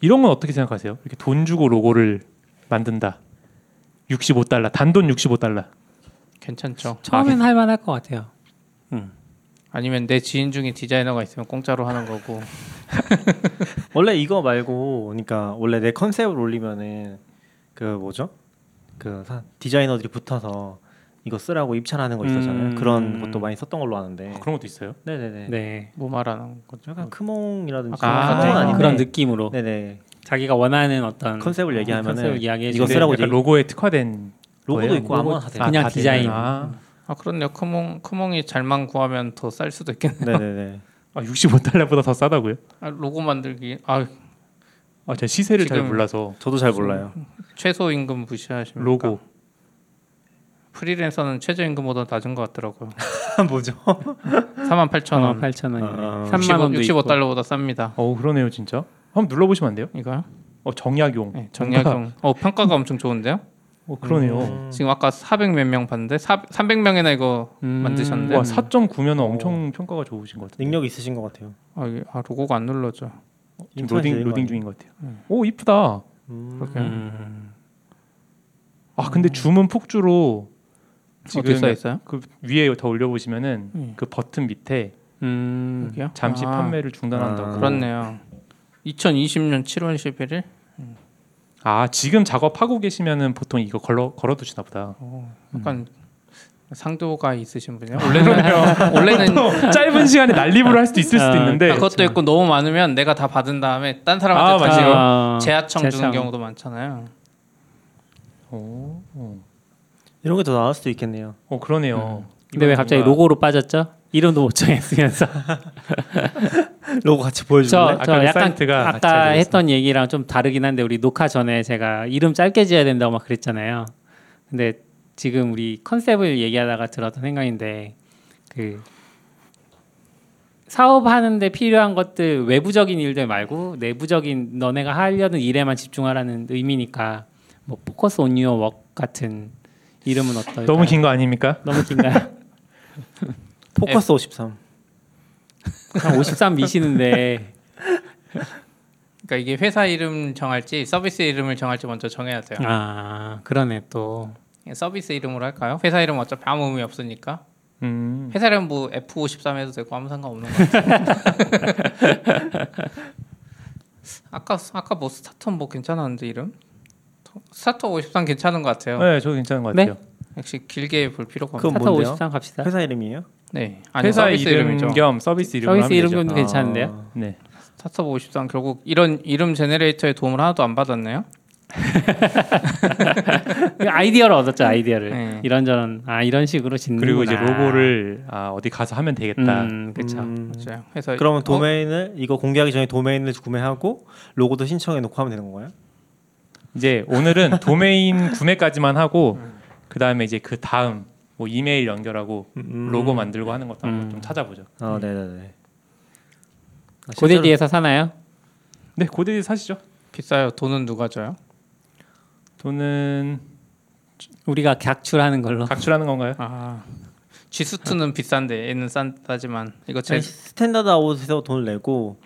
이런 건 어떻게 생각하세요? 이렇게 돈 주고 로고를 만든다. 65달러 단돈 65달러. 아,
괜찮죠.
처음엔 할만할 것 같아요.
아니면 내 지인 중에 디자이너가 있으면 공짜로 하는 거고.
원래 이거 말고 그러니까 원래 내 컨셉을 올리면은 그 뭐죠? 그 사- 디자이너들이 붙어서 이거 쓰라고 입찰하는 거 있었잖아요.
음.
그런 것도 많이 썼던 걸로 아는데.
아, 그런 것도 있어요?
네네네.
네.
뭐 말하는 거죠?
약간 크몽이라든지
아,
크몽은
네.
아닌데.
그런 느낌으로
네네.
자기가 원하는 어떤
컨셉을 얘기하면은
컨셉을 이야기해
이거
주는
쓰라고
약간
얘기-
로고에 특화된
로고도
거예요?
있고 아무거나 다 돼요.
아,
그냥
되는-
디자인.
아,
아 그렇네요. 크몽 크몽이 잘만 구하면 더 쌀 수도 있겠네.
네네네.
음.
아 65달러보다 더 싸다고요?
아, 로고 만들기. 아
아, 제가 시세를 잘
지금-
몰라서
저도 잘 몰라요.
음,
최소 임금 무시하십니까?
로고
프리랜서는 최저 임금보다 낮은 것 같더라고요.
뭐죠?
48,000원.
8천 원,
아,
3만 원도
65,
있고.
65달러보다 쌉니다.
어 그러네요 진짜 한번 눌러보시면 안 돼요?
이거요?
어 정약용
네, 정약용. 음, 어 평가가 엄청 좋은데요?
어 그러네요
음,
지금 아까 400 몇 명 봤는데 4, 300명이나 이거
음.
만드셨는데 어.
와 4.9면 엄청 평가가 좋으신 것 같아요
능력 있으신 것 같아요.
아, 이게- 아, 로고가 안 눌러져.
지금
인터넷에
로딩,
이거
로딩
아니에요?
중인 것 같아요
음.
오 이쁘다
음.
그렇게
음.
아
음.
근데 주문 폭주로 지금
어디 써 있어요?
그 위에 더 올려보시면은 그 버튼 밑에
음.
여기요?
잠시
예. 아,
판매를 중단한다고
아.
그렇네요. 2020년 7월 11일
아 지금 작업하고 계시면은 보통 이거 걸러, 걸어두시나 보다
음. 약간 상도가 있으신 분이요. 원래는 원래는
짧은 시간에 난립으로 할 수도 있을 수도
아,
있는데
아, 그것도 있고 너무 많으면 내가 다 받은 다음에 딴
네. 아,
사람한테 다시
아,
재하청 주는
재하청.
경우도 많잖아요.
오,
이런 게 더 나을 수도 있겠네요.
어 그러네요
근데 왜 갑자기
뭔가-
로고로 빠졌죠? 이름도 못 정했으면서
로고 같이
저,
보여줄래?
아까
저
그
약간
사이트가 같이
아까
알려줬어요.
했던 얘기랑 좀 다르긴 한데 우리 녹화 전에 제가 이름 짧게 지어야 된다고 막 그랬잖아요. 근데 지금 우리 컨셉을 얘기하다가 들었던 생각인데 그 사업하는데 필요한 것들 외부적인 일들 말고 내부적인 너네가 하려는 일에만 집중하라는 의미니까 뭐 포커스 온 유어 웍 같은 이름은 어떨까요?
너무 긴 거 아닙니까?
너무 긴가요?
포커스 53.
한 53 미시는데
그러니까 이게 회사 이름 정할지 서비스 이름을 정할지 먼저 정해야
네.
돼요.
아 그러네 또
서비스 이름으로 할까요? 회사 이름 은 어차피 아무 의미 없으니까.
음.
회사 이름 뭐 F53 해도 되고 아무 상관없는 거 같아요. 아까 아까 뭐 스타트업 뭐 괜찮았는데 이름? 스타트업 53 괜찮은 것 같아요.
네, 저도 괜찮은 것 같아요.
역시 길게 볼 필요가 없네.
그건
타타
뭔데요?
53 갑시다.
회사 이름이에요?
네. 아니
회사
서비스
이름
이름이죠.
겸 서비스 이름으로
서비스 이름
하면
아.
정도 괜찮은데요?
되죠. 네.
스타트업 53 결국 이런 이름 제네레이터의 도움을 하나도 안 받았네요.
그 아이디어를 얻었죠 아이디어를
네.
이런저런 아 이런 식으로 짓는
그리고 이제 로고를 아, 어디 가서 하면 되겠다.
음, 그쵸
음.
맞아요. 회사
그러면
어?
도메인을 이거 공개하기 전에 도메인을 구매하고 로고도 신청해 놓고 하면 되는 건가요?
이제 오늘은 도메인 구매까지만 하고 그 다음에 이제 그 다음 뭐 이메일 연결하고 로고 만들고 하는 것도 한번 좀 찾아보죠.
아, 네네네. 아, 실제로-
고데디에서 사나요?
네, 고대리 사시죠.
비싸요. 돈은 누가 줘요?
돈은
우리가 각출하는 걸로
각출하는 건가요?
아. G수트는 비싼데 얘는 싼다지만 이거 제
아니, 스탠다드 아웃에서 돈을 내고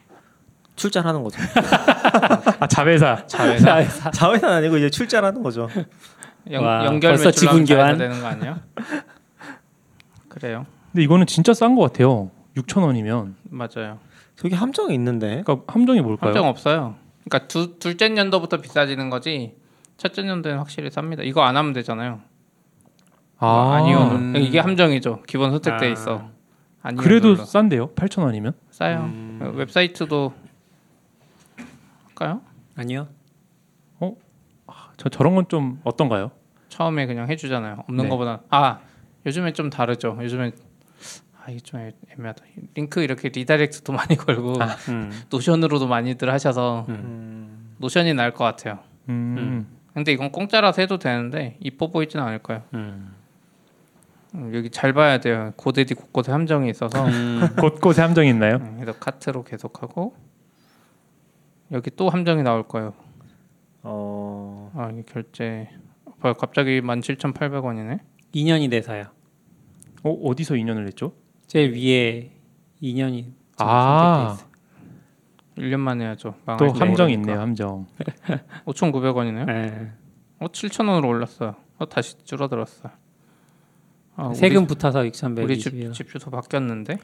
출자하는 거죠.
아 자회사.
자회사
자회사는 아니고 이제 출자하는 거죠.
연,
와,
연결
벌써
매출로
지분
지분
교환?
교환 되는 거 아니야? 그래요.
근데 이거는 진짜 싼 것 같아요. 6천 원이면.
맞아요.
저기 함정이 있는데.
그러니까 함정이 뭘까요?
함정 없어요. 그러니까 두, 둘째 년도부터 비싸지는 거지. 첫째 년도는 확실히 쌉니다. 이거 안 하면 되잖아요.
아
아니요. 예,
음.
이게 함정이죠. 기본 선택돼
아.
있어. 아니요.
그래도
눌러.
싼데요? 8천 원이면?
싸요. 웹사이트도 할까요?
아니요
아, 저 저런 건 좀 어떤가요?
처음에 그냥 해주잖아요. 없는
네.
거보다 아 요즘엔 좀 다르죠. 요즘엔 아 이게 좀 애매하다. 링크 이렇게 리다이렉트도 많이 걸고
아, 음.
노션으로도 많이들 하셔서 노션이 나을 것 같아요.
음.
근데 이건 공짜라서 해도 되는데 이뻐 보이진 않을 거예요. 음, 여기 잘 봐야 돼요. 고데디 곳곳에 함정이
아,
있어서
곳곳에 음. 함정이 있나요?
음, 그래서 카트로 계속하고 여기 또 함정이 나올 거예요.
어
아 이게 결제 아, 갑자기 17,800원이네
2년이 돼서요.
어, 어디서 인연을 냈죠?
제일 위에 2년이
아,
1년 만에 해야죠 망할
또
줄
함정
모르니까.
있네요, 함정.
5,900원이네요
네.
어 7,000원으로 올랐어요 어 다시 줄어들었어 아,
세금 붙어서 6,120원.
우리, 우리 집, 집 주소 바뀌었는데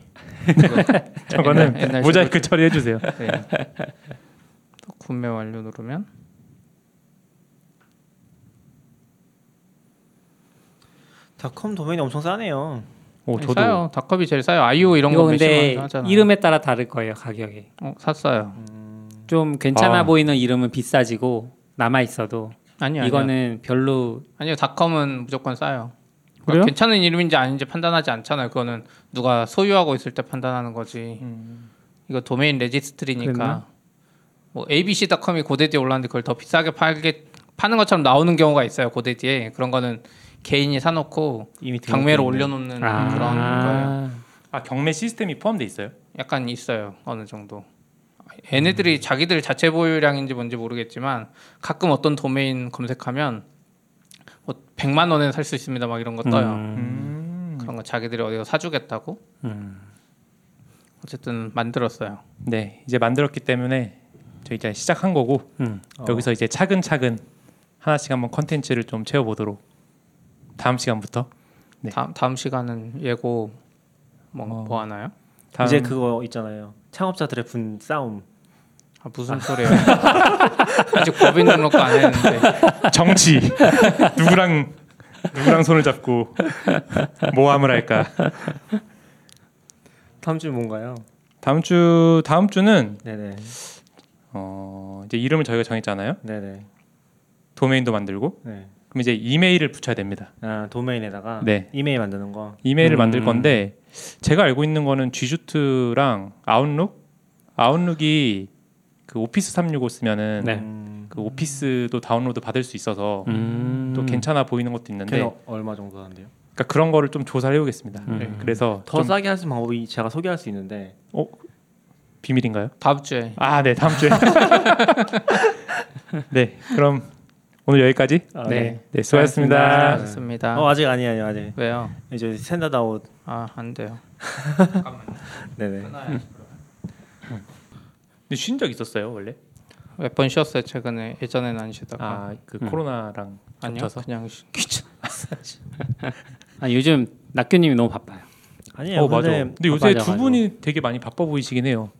저거는
옛날- 옛날
모자이크 처리해 주세요.
네. 또 구매 완료 누르면
닷컴 도메인이 엄청 싸네요.
오,
아니,
저도
싸요 닭컵이 제일 싸요 아이오 이런
이거
거
근데
몇십만 하잖아
이름에 따라 다를 거예요 가격이.
어 샀어요
좀 괜찮아
아.
보이는 이름은 비싸지고 남아 있어도
아니요 아니요
이거는 별로
아니요 닷컴은 무조건 싸요 그러니까
그래요?
괜찮은 이름인지 아닌지 판단하지 않잖아요 그거는 누가 소유하고 있을 때 판단하는 거지 이거 도메인 레지스트리니까
그랬나?
뭐 abc.com이 고데디에 올랐는데 그걸 더 비싸게 팔게 파는 것처럼 나오는 경우가 있어요 고데디에 그런 거는 개인이 사놓고
이미
경매로
등록돼 있는.
올려놓는 아. 그런 거예요
아, 경매 시스템이 포함돼 있어요?
약간 있어요 어느 정도
음.
얘네들이 자기들 자체 보유량인지 뭔지 모르겠지만 가끔 어떤 도메인 검색하면 뭐 100만 원에 살 수 있습니다 막 이런 거 떠요
음.
그런 거 자기들이 어디서 사주겠다고 어쨌든 만들었어요
네, 이제 만들었기 때문에 저희 이제 시작한 거고
음.
어.
여기서 이제 차근차근 하나씩 한번 컨텐츠를 좀 채워보도록 다음 시간부터 네. 어.
다음, 다음 시간은 예고 뭐, 뭐 하나요?
다음
이제 그거 있잖아요. 창업자들의 분 싸움.
아, 무슨 소리예요 아직 법인 등록도 안 했는데
정치 누구랑 누구랑 손을 잡고 모함을 할까?
다음 주 뭔가요?
다음 주 다음 주는
네네.
어, 이제 이름을 저희가 정했잖아요.
네네.
도메인도 만들고
네.
그럼 이제 이메일을 붙여야 됩니다.
아 도메인에다가
네.
이메일 만드는 거.
이메일을
음.
만들 건데 제가 알고 있는 거는 G주트랑 아웃룩 아웃룩이 그 오피스 365 쓰면은
네.
음,
그 오피스도 다운로드 받을 수 있어서 또 괜찮아 보이는 것도
네.
있는데
걔는 어- 얼마 정도 한대요?
그러니까 그런 거를 좀 조사를 해보겠습니다.
음.
네, 그래서
더
좀
싸게 할 수 있는 방법이 제가 소개할 수 있는데
비밀인가요?
다음 주에
아, 네 다음 주에. 네, 그럼 오늘 여기까지.
아,
네, 네 수고하셨습니다. 네.
좋습니다
어 아직 아니 아니요 아직
왜요?
이제 샌다다웃
아 안 돼요
네네
근데 쉰 적 있었어요 원래?
몇 번 쉬었어요 최근에 예전에는 안 쉬다가
아, 그 코로나랑
아니요
겹쳐서. 뭐.
그냥 쉬-
아, 요즘 낙규님이 너무 바빠요.
아니에요
어 맞아.
근데
근데
아,
요새
맞아, 음.
두
맞아.
분이 되게 많이 바빠 보이시긴 해요.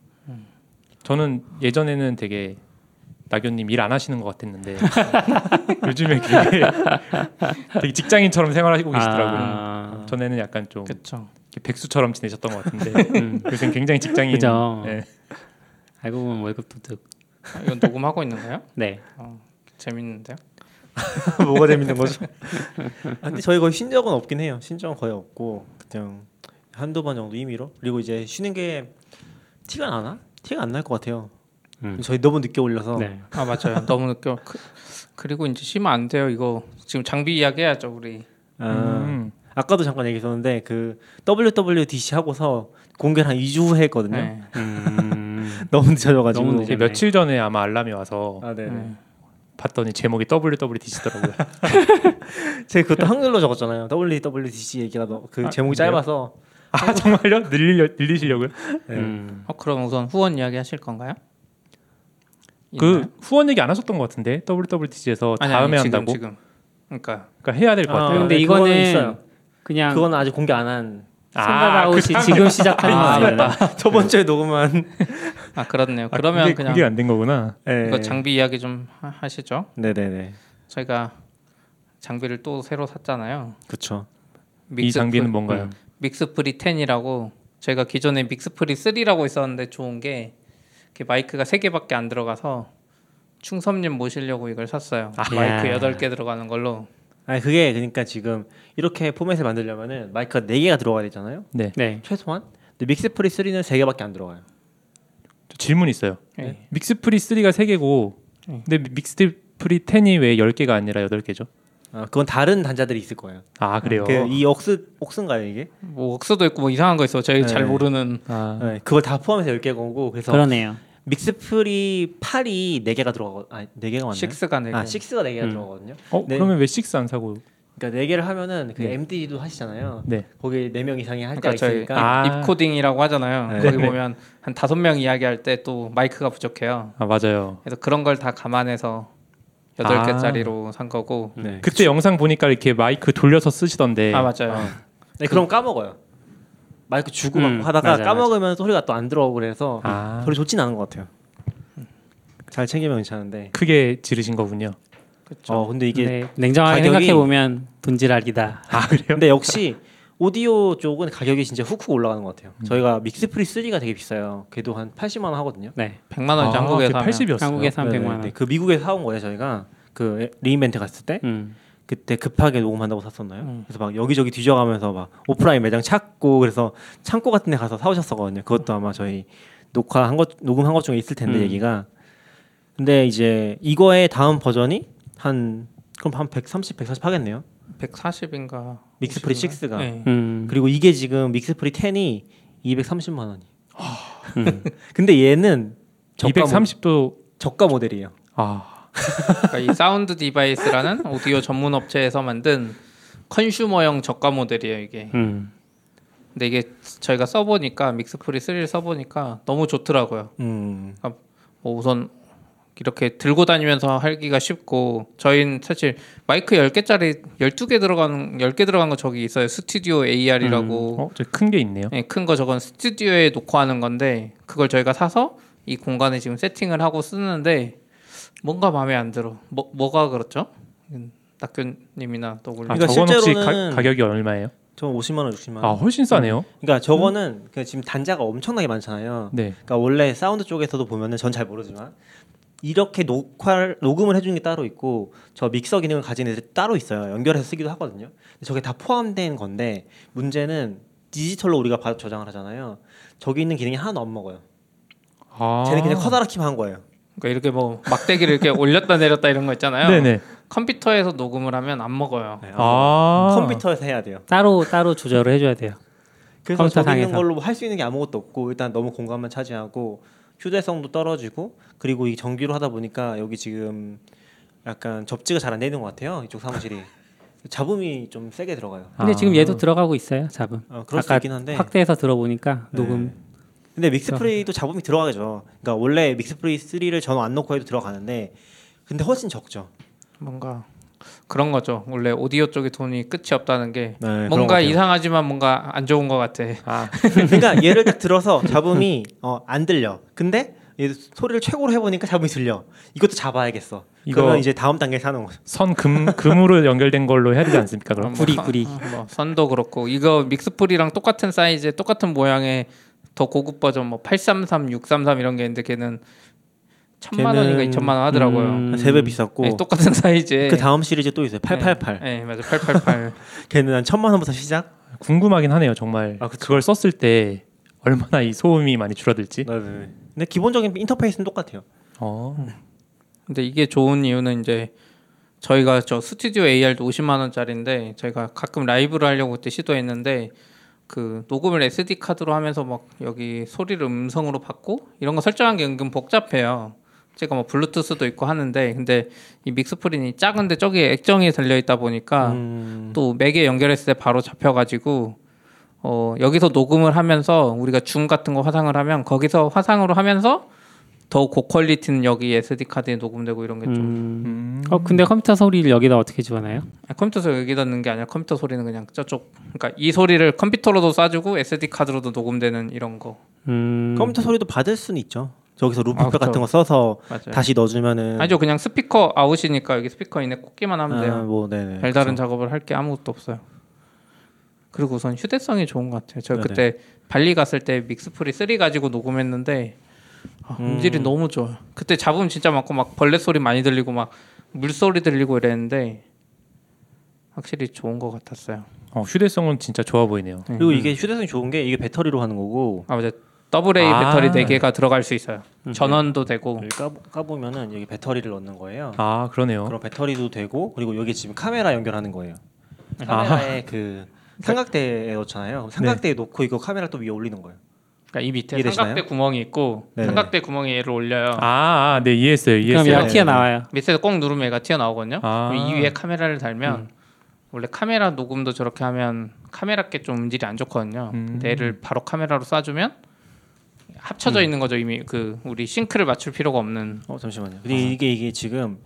저는 예전에는 되게 나교님 일 안 하시는 것 같았는데 요즘에 되게, 되게 직장인처럼 생활하고 계시더라고요.
아,
전에는 약간 좀
그쵸
이렇게 백수처럼 지내셨던 것 같은데
음.
요즘 굉장히 직장인.
그죠.
네.
알고 보면 월급도 듣.
아, 이건 녹음하고 있는 거예요?
네.
재밌는데요?
뭐가 재밌는 거죠? 아, 근데 저희 거의 쉰 적은 없긴 해요. 쉰 적은 거의 없고 그냥 한두 번 정도 임의로 그리고 이제 쉬는 게 티가 나나? 티가 안 날 것 같아요.
음.
저희 너무 늦게 올려서
네.
아 맞아요 너무 늦게 와- 그, 그리고 이제 쉬면 안 돼요 이거 지금 장비 이야기 해야죠 우리
아,
음.
아까도 잠깐 얘기했었는데 그 WWDC 하고서 공개를 한 2주 후에 했거든요.
네.
음.
너무 늦어져가지고
너무
이제
늦었네.
며칠 전에 아마 알람이 와서
아 네네.
봤더니 제목이 WWDC더라고요.
제가 그것도 한글로 적었잖아요. WWDC 얘기가 너, 그 제목이 짧아서
아 정말요? 늘리려 늘리시려고요?
네.
음.
어 그럼 우선 후원 이야기 하실 건가요?
그
있나요?
후원 얘기 안 하셨던 것 같은데 WWDC에서
아니, 아니,
다음에
지금,
한다고.
지금 그러니까
그러니까 해야 될 것
아,
같아요.
어, 근데
네,
이거는
그거는 있어요.
그냥
그건 아직 공개 안한
생각아웃이 지금 시작한
아,
거예요.
저번 주에 녹음한
아 그렇네요 그러면
그게,
그냥
그게 안 된 거구나.
네.
이거 장비 이야기 좀 하, 하시죠
네네네.
저희가 장비를 또 새로 샀잖아요
그쵸.
이 장비는
프리-
뭔가요?
믹스프리 10이라고 저희가 기존에 믹스프리 3라고 있었는데 좋은 게 이렇게 마이크가 3개밖에 안 들어가서 충섭님 모시려고 이걸 샀어요.
아.
예.
마이크
야.
8개 들어가는 걸로.
아니 그게 그러니까 지금 이렇게 포맷을 만들려면은 마이크가 4 개가 들어가야 되잖아요.
네.
네.
최소한. 근데 믹스프리 3는 3 개밖에 안 들어가요.
저 질문 있어요.
네.
믹스프리 3가 3개고 근데 믹스프리 10이 왜 10개가 아니라 8개죠?
아, 그건 다른 단자들이 있을 거예요.
아, 그래요.
그, 이 옥스 옥스인가요 이게?
뭐 억수도 있고 뭐 이상한 거 있어. 저희
네.
잘 모르는
아.
네, 그걸 다 포함해서 10개 거고 그래서
그러네요.
믹스프리 8이 4개가 들어가고 아니 4개가 맞나요?
식스가 네 개.
아, 6가 4개가
음.
들어가거든요.
어
네.
그러면 왜 식스 안 사고?
그러니까 4개를 하면은 그
네.
MD도 하시잖아요.
네.
거기 4명 이상이 할 때가
그러니까 저희
있으니까
아.
입- 입코딩이라고 하잖아요.
네.
거기
네.
보면 한 다섯 명 이야기할 때 또 마이크가 부족해요.
아 맞아요.
그래서 그런 걸 다 감안해서
아.
여덟 개짜리로 산 거고.
네.
그때 영상 보니까 이렇게 마이크 돌려서 쓰시던데.
아 맞아요.
네, 그럼 까먹어요. 마이크 주고
음,
받고 하다가
맞아요,
까먹으면 소리가 또 안 들어오고 그래서
아.
별로 좋진 않은 것 같아요. 잘 챙기면 괜찮은데.
크게 지르신 거군요.
어, 근데 이게
네, 냉정하게
가격이-
생각해 보면 돈지랄이다.
아 그래요?
근데 역시 오디오 쪽은 가격이 진짜 훅훅 올라가는 것 같아요. 저희가 믹스프리 3가 되게 비싸요. 걔도 한 80만 원 하거든요.
네,
100만
아,
원이 한국에서 하면
80이었어요.
한국에서 한 100만 원.
네, 그 미국에 사온 거예요, 저희가. 그 리인벤트 갔을 때
음.
그때 급하게 녹음한다고 샀었나요? 그래서 막 여기저기 뒤져가면서 막 오프라인 매장 찾고 그래서 창고 같은 데 가서 사오셨었거든요. 그것도 아마 저희 녹화한 것 녹음한 것 중에 있을 텐데
음.
얘기가. 근데 이제 이거의 다음 버전이 한 그럼 한 130, 140 하겠네요.
140인가.
믹스프리 6가.
네.
음.
그리고 이게 지금 믹스프리 10이 230만 원이. 근데 얘는
뭐-
저가,
230도
모, 저가 모델이에요.
아
그러니까 이 사운드 디바이스라는 오디오 전문 업체에서 만든 컨슈머형 저가 모델이에요 이게.
음.
근데 이게 저희가 써보니까 믹스프리 3를 써보니까 너무 좋더라고요.
음.
뭐 우선 이렇게 들고 다니면서 하기가 쉽고 저희는 사실 마이크 10개짜리 12개 들어간 10개 들어간 거 저기 있어요. 스튜디오 AR이라고
어? 저 큰 게 있네요.
큰 거 저건 스튜디오에 놓고 하는 건데 그걸 저희가 사서 이 공간에 지금 세팅을 하고 쓰는데 뭔가 마음에 안 들어. 뭐 뭐가 그렇죠? 음, 낙균님이나 또
아,
올리.
그러니까
저건 혹시 가,
실제로는-
가격이 얼마예요?
저 50만 원, 60만 원.
아 훨씬 싸네요.
그러니까 저거는 그 지금 단자가 엄청나게 많잖아요.
네.
그러니까 원래 사운드 쪽에서도 보면은 전 잘 모르지만 이렇게 녹화 녹음을 해주는 게 따로 있고 저 믹서 기능을 가진 애들 따로 있어요. 연결해서 쓰기도 하거든요. 근데 저게 다 포함된 건데 문제는 디지털로 우리가 바- 저장을 하잖아요. 저기 있는 기능이 하나도 안 먹어요.
아
쟤는 그냥 커다랗기만 한 거예요.
그러니까 이렇게 뭐 막대기를 이렇게 올렸다 내렸다 이런 거 있잖아요.
네네.
컴퓨터에서 녹음을 하면 안 먹어요.
네,
아
컴퓨터에서 해야 돼요.
따로 따로 조절을 해줘야 돼요.
그래서
컴퓨터
저기 있는
상에서.
걸로 할 수 있는 게 아무것도 없고 일단 너무 공간만 차지하고 휴대성도 떨어지고 그리고 이 정규로 하다 보니까 여기 지금 약간 접지가 잘 안 되는 것 같아요 이쪽 사무실이 잡음이 좀 세게 들어가요.
근데
아.
지금 얘도 들어가고 있어요, 잡음.
어, 그럴 수
아까
있긴 한데
확대해서 들어보니까
네.
녹음.
근데 믹스프리도 잡음이 들어가죠. 그러니까 원래 믹스프리 3를 전원 안 넣고 해도 들어가는데 근데 훨씬 적죠.
뭔가 그런 거죠. 원래 오디오 쪽에 돈이 끝이 없다는 게
네, 그런 것
뭔가
같아요.
이상하지만 뭔가 안 좋은 것 같아.
그러니까 얘를 딱 들어서 잡음이 어, 안 들려. 근데 얘 소리를 최고로 해보니까 잡음이 들려. 이것도 잡아야겠어.
이거-
그러면 이제 다음 단계 사는 거죠.
선금 금으로 연결된 걸로 해야 되지 않습니까? 그럼
아,
구리 구리.
뭐 선도 그렇고 이거 믹스풀이랑 똑같은 사이즈, 똑같은 모양의 더 고급 버전 뭐 833, 633 이런 게 있는데 걔는 천만
걔는-
원인가 이천만 원 하더라고요.
음.
세 배 비쌌고
네, 똑같은 사이즈에
그 다음 시리즈 또 있어요. 888.
네, 네, 맞아 888.
걔는 한 천만 원부터 시작.
궁금하긴 하네요. 정말
아, 그쵸.
그걸 썼을 때 얼마나 이 소음이 많이
네,
줄어들지.
근데 기본적인 인터페이스는 똑같아요.
어
근데 이게 좋은 이유는 이제 저희가 저 스튜디오 AR도 50만 원짜리인데 저희가 가끔 라이브를 하려고 그때 시도했는데 그 녹음을 SD 카드로 하면서 막 여기 소리를 음성으로 받고 이런 거 설정한 게 은근 복잡해요. 제가 뭐 블루투스도 있고 하는데 근데 이 믹스프린이 작은데 저기 액정이 달려 있다 보니까 또 맥에 연결했을 때 바로 잡혀가지고 어 여기서 녹음을 하면서 우리가 줌 같은 거 화상을 하면 거기서 화상으로 하면서 더 고퀄리티는 여기 SD 카드에 녹음되고 이런 게 좀
음. 어 근데 컴퓨터 소리를 여기다 어떻게 집어넣어요?
아, 컴퓨터에서 여기다 넣는 게 아니라 컴퓨터 소리는 그냥 저쪽 그러니까 이 소리를 컴퓨터로도 쏴주고 SD 카드로도 녹음되는 이런 거
음.
컴퓨터 소리도 받을 수는 있죠. 저기서 루프백
아, 그쵸.
같은 거 써서
맞아요.
다시 넣어주면은
아니죠 그냥 스피커 아웃이니까 여기 스피커 인에 꽂기만 하면 돼요.
네. 아, 뭐 네네.
별다른 작업을 할 게 아무것도 없어요. 그리고 우선 휴대성이 좋은 것 같아요. 저
네네.
그때 발리 갔을 때 믹스프리 3 가지고 녹음했는데 아, 음질이 너무 좋아요. 그때 잡음 진짜 많고 막 벌레 소리 많이 들리고 막 물소리 들리고 이랬는데 확실히 좋은 것 같았어요.
어, 휴대성은 진짜 좋아 보이네요.
음.
그리고 이게 휴대성이 좋은 게 이게 배터리로 하는 거고
아 맞아. 더블 A
아.
배터리 4개가 들어갈 수 있어요. 전원도 되고
여기 까, 까보면은 여기 배터리를 넣는 거예요.
아 그러네요.
그럼 배터리도 되고 그리고 여기 지금 카메라 연결하는 거예요.
네.
카메라에 그 삼각대에 넣잖아요. 그럼 삼각대에 놓고 이거 카메라 또 위에 올리는 거예요.
그러니까 이 밑에
이해되시나요?
삼각대 구멍이 있고
네네.
삼각대 구멍에 얘를 올려요.
아, 아, 네 이해했어요.
그럼
이해했어요.
얘가 튀어나와요.
네.
밑에서 꼭 누르면 얘가 튀어나오거든요.
아.
그럼 이 위에 카메라를 달면
음.
원래 카메라 녹음도 저렇게 하면 카메라께 좀 음질이 안 좋거든요.
음.
근데 얘를 바로 카메라로 쏴주면
음.
합쳐져 있는 거죠 이미 그 우리 싱크를 맞출 필요가 없는
어 잠시만요. 근데 이게 이게 지금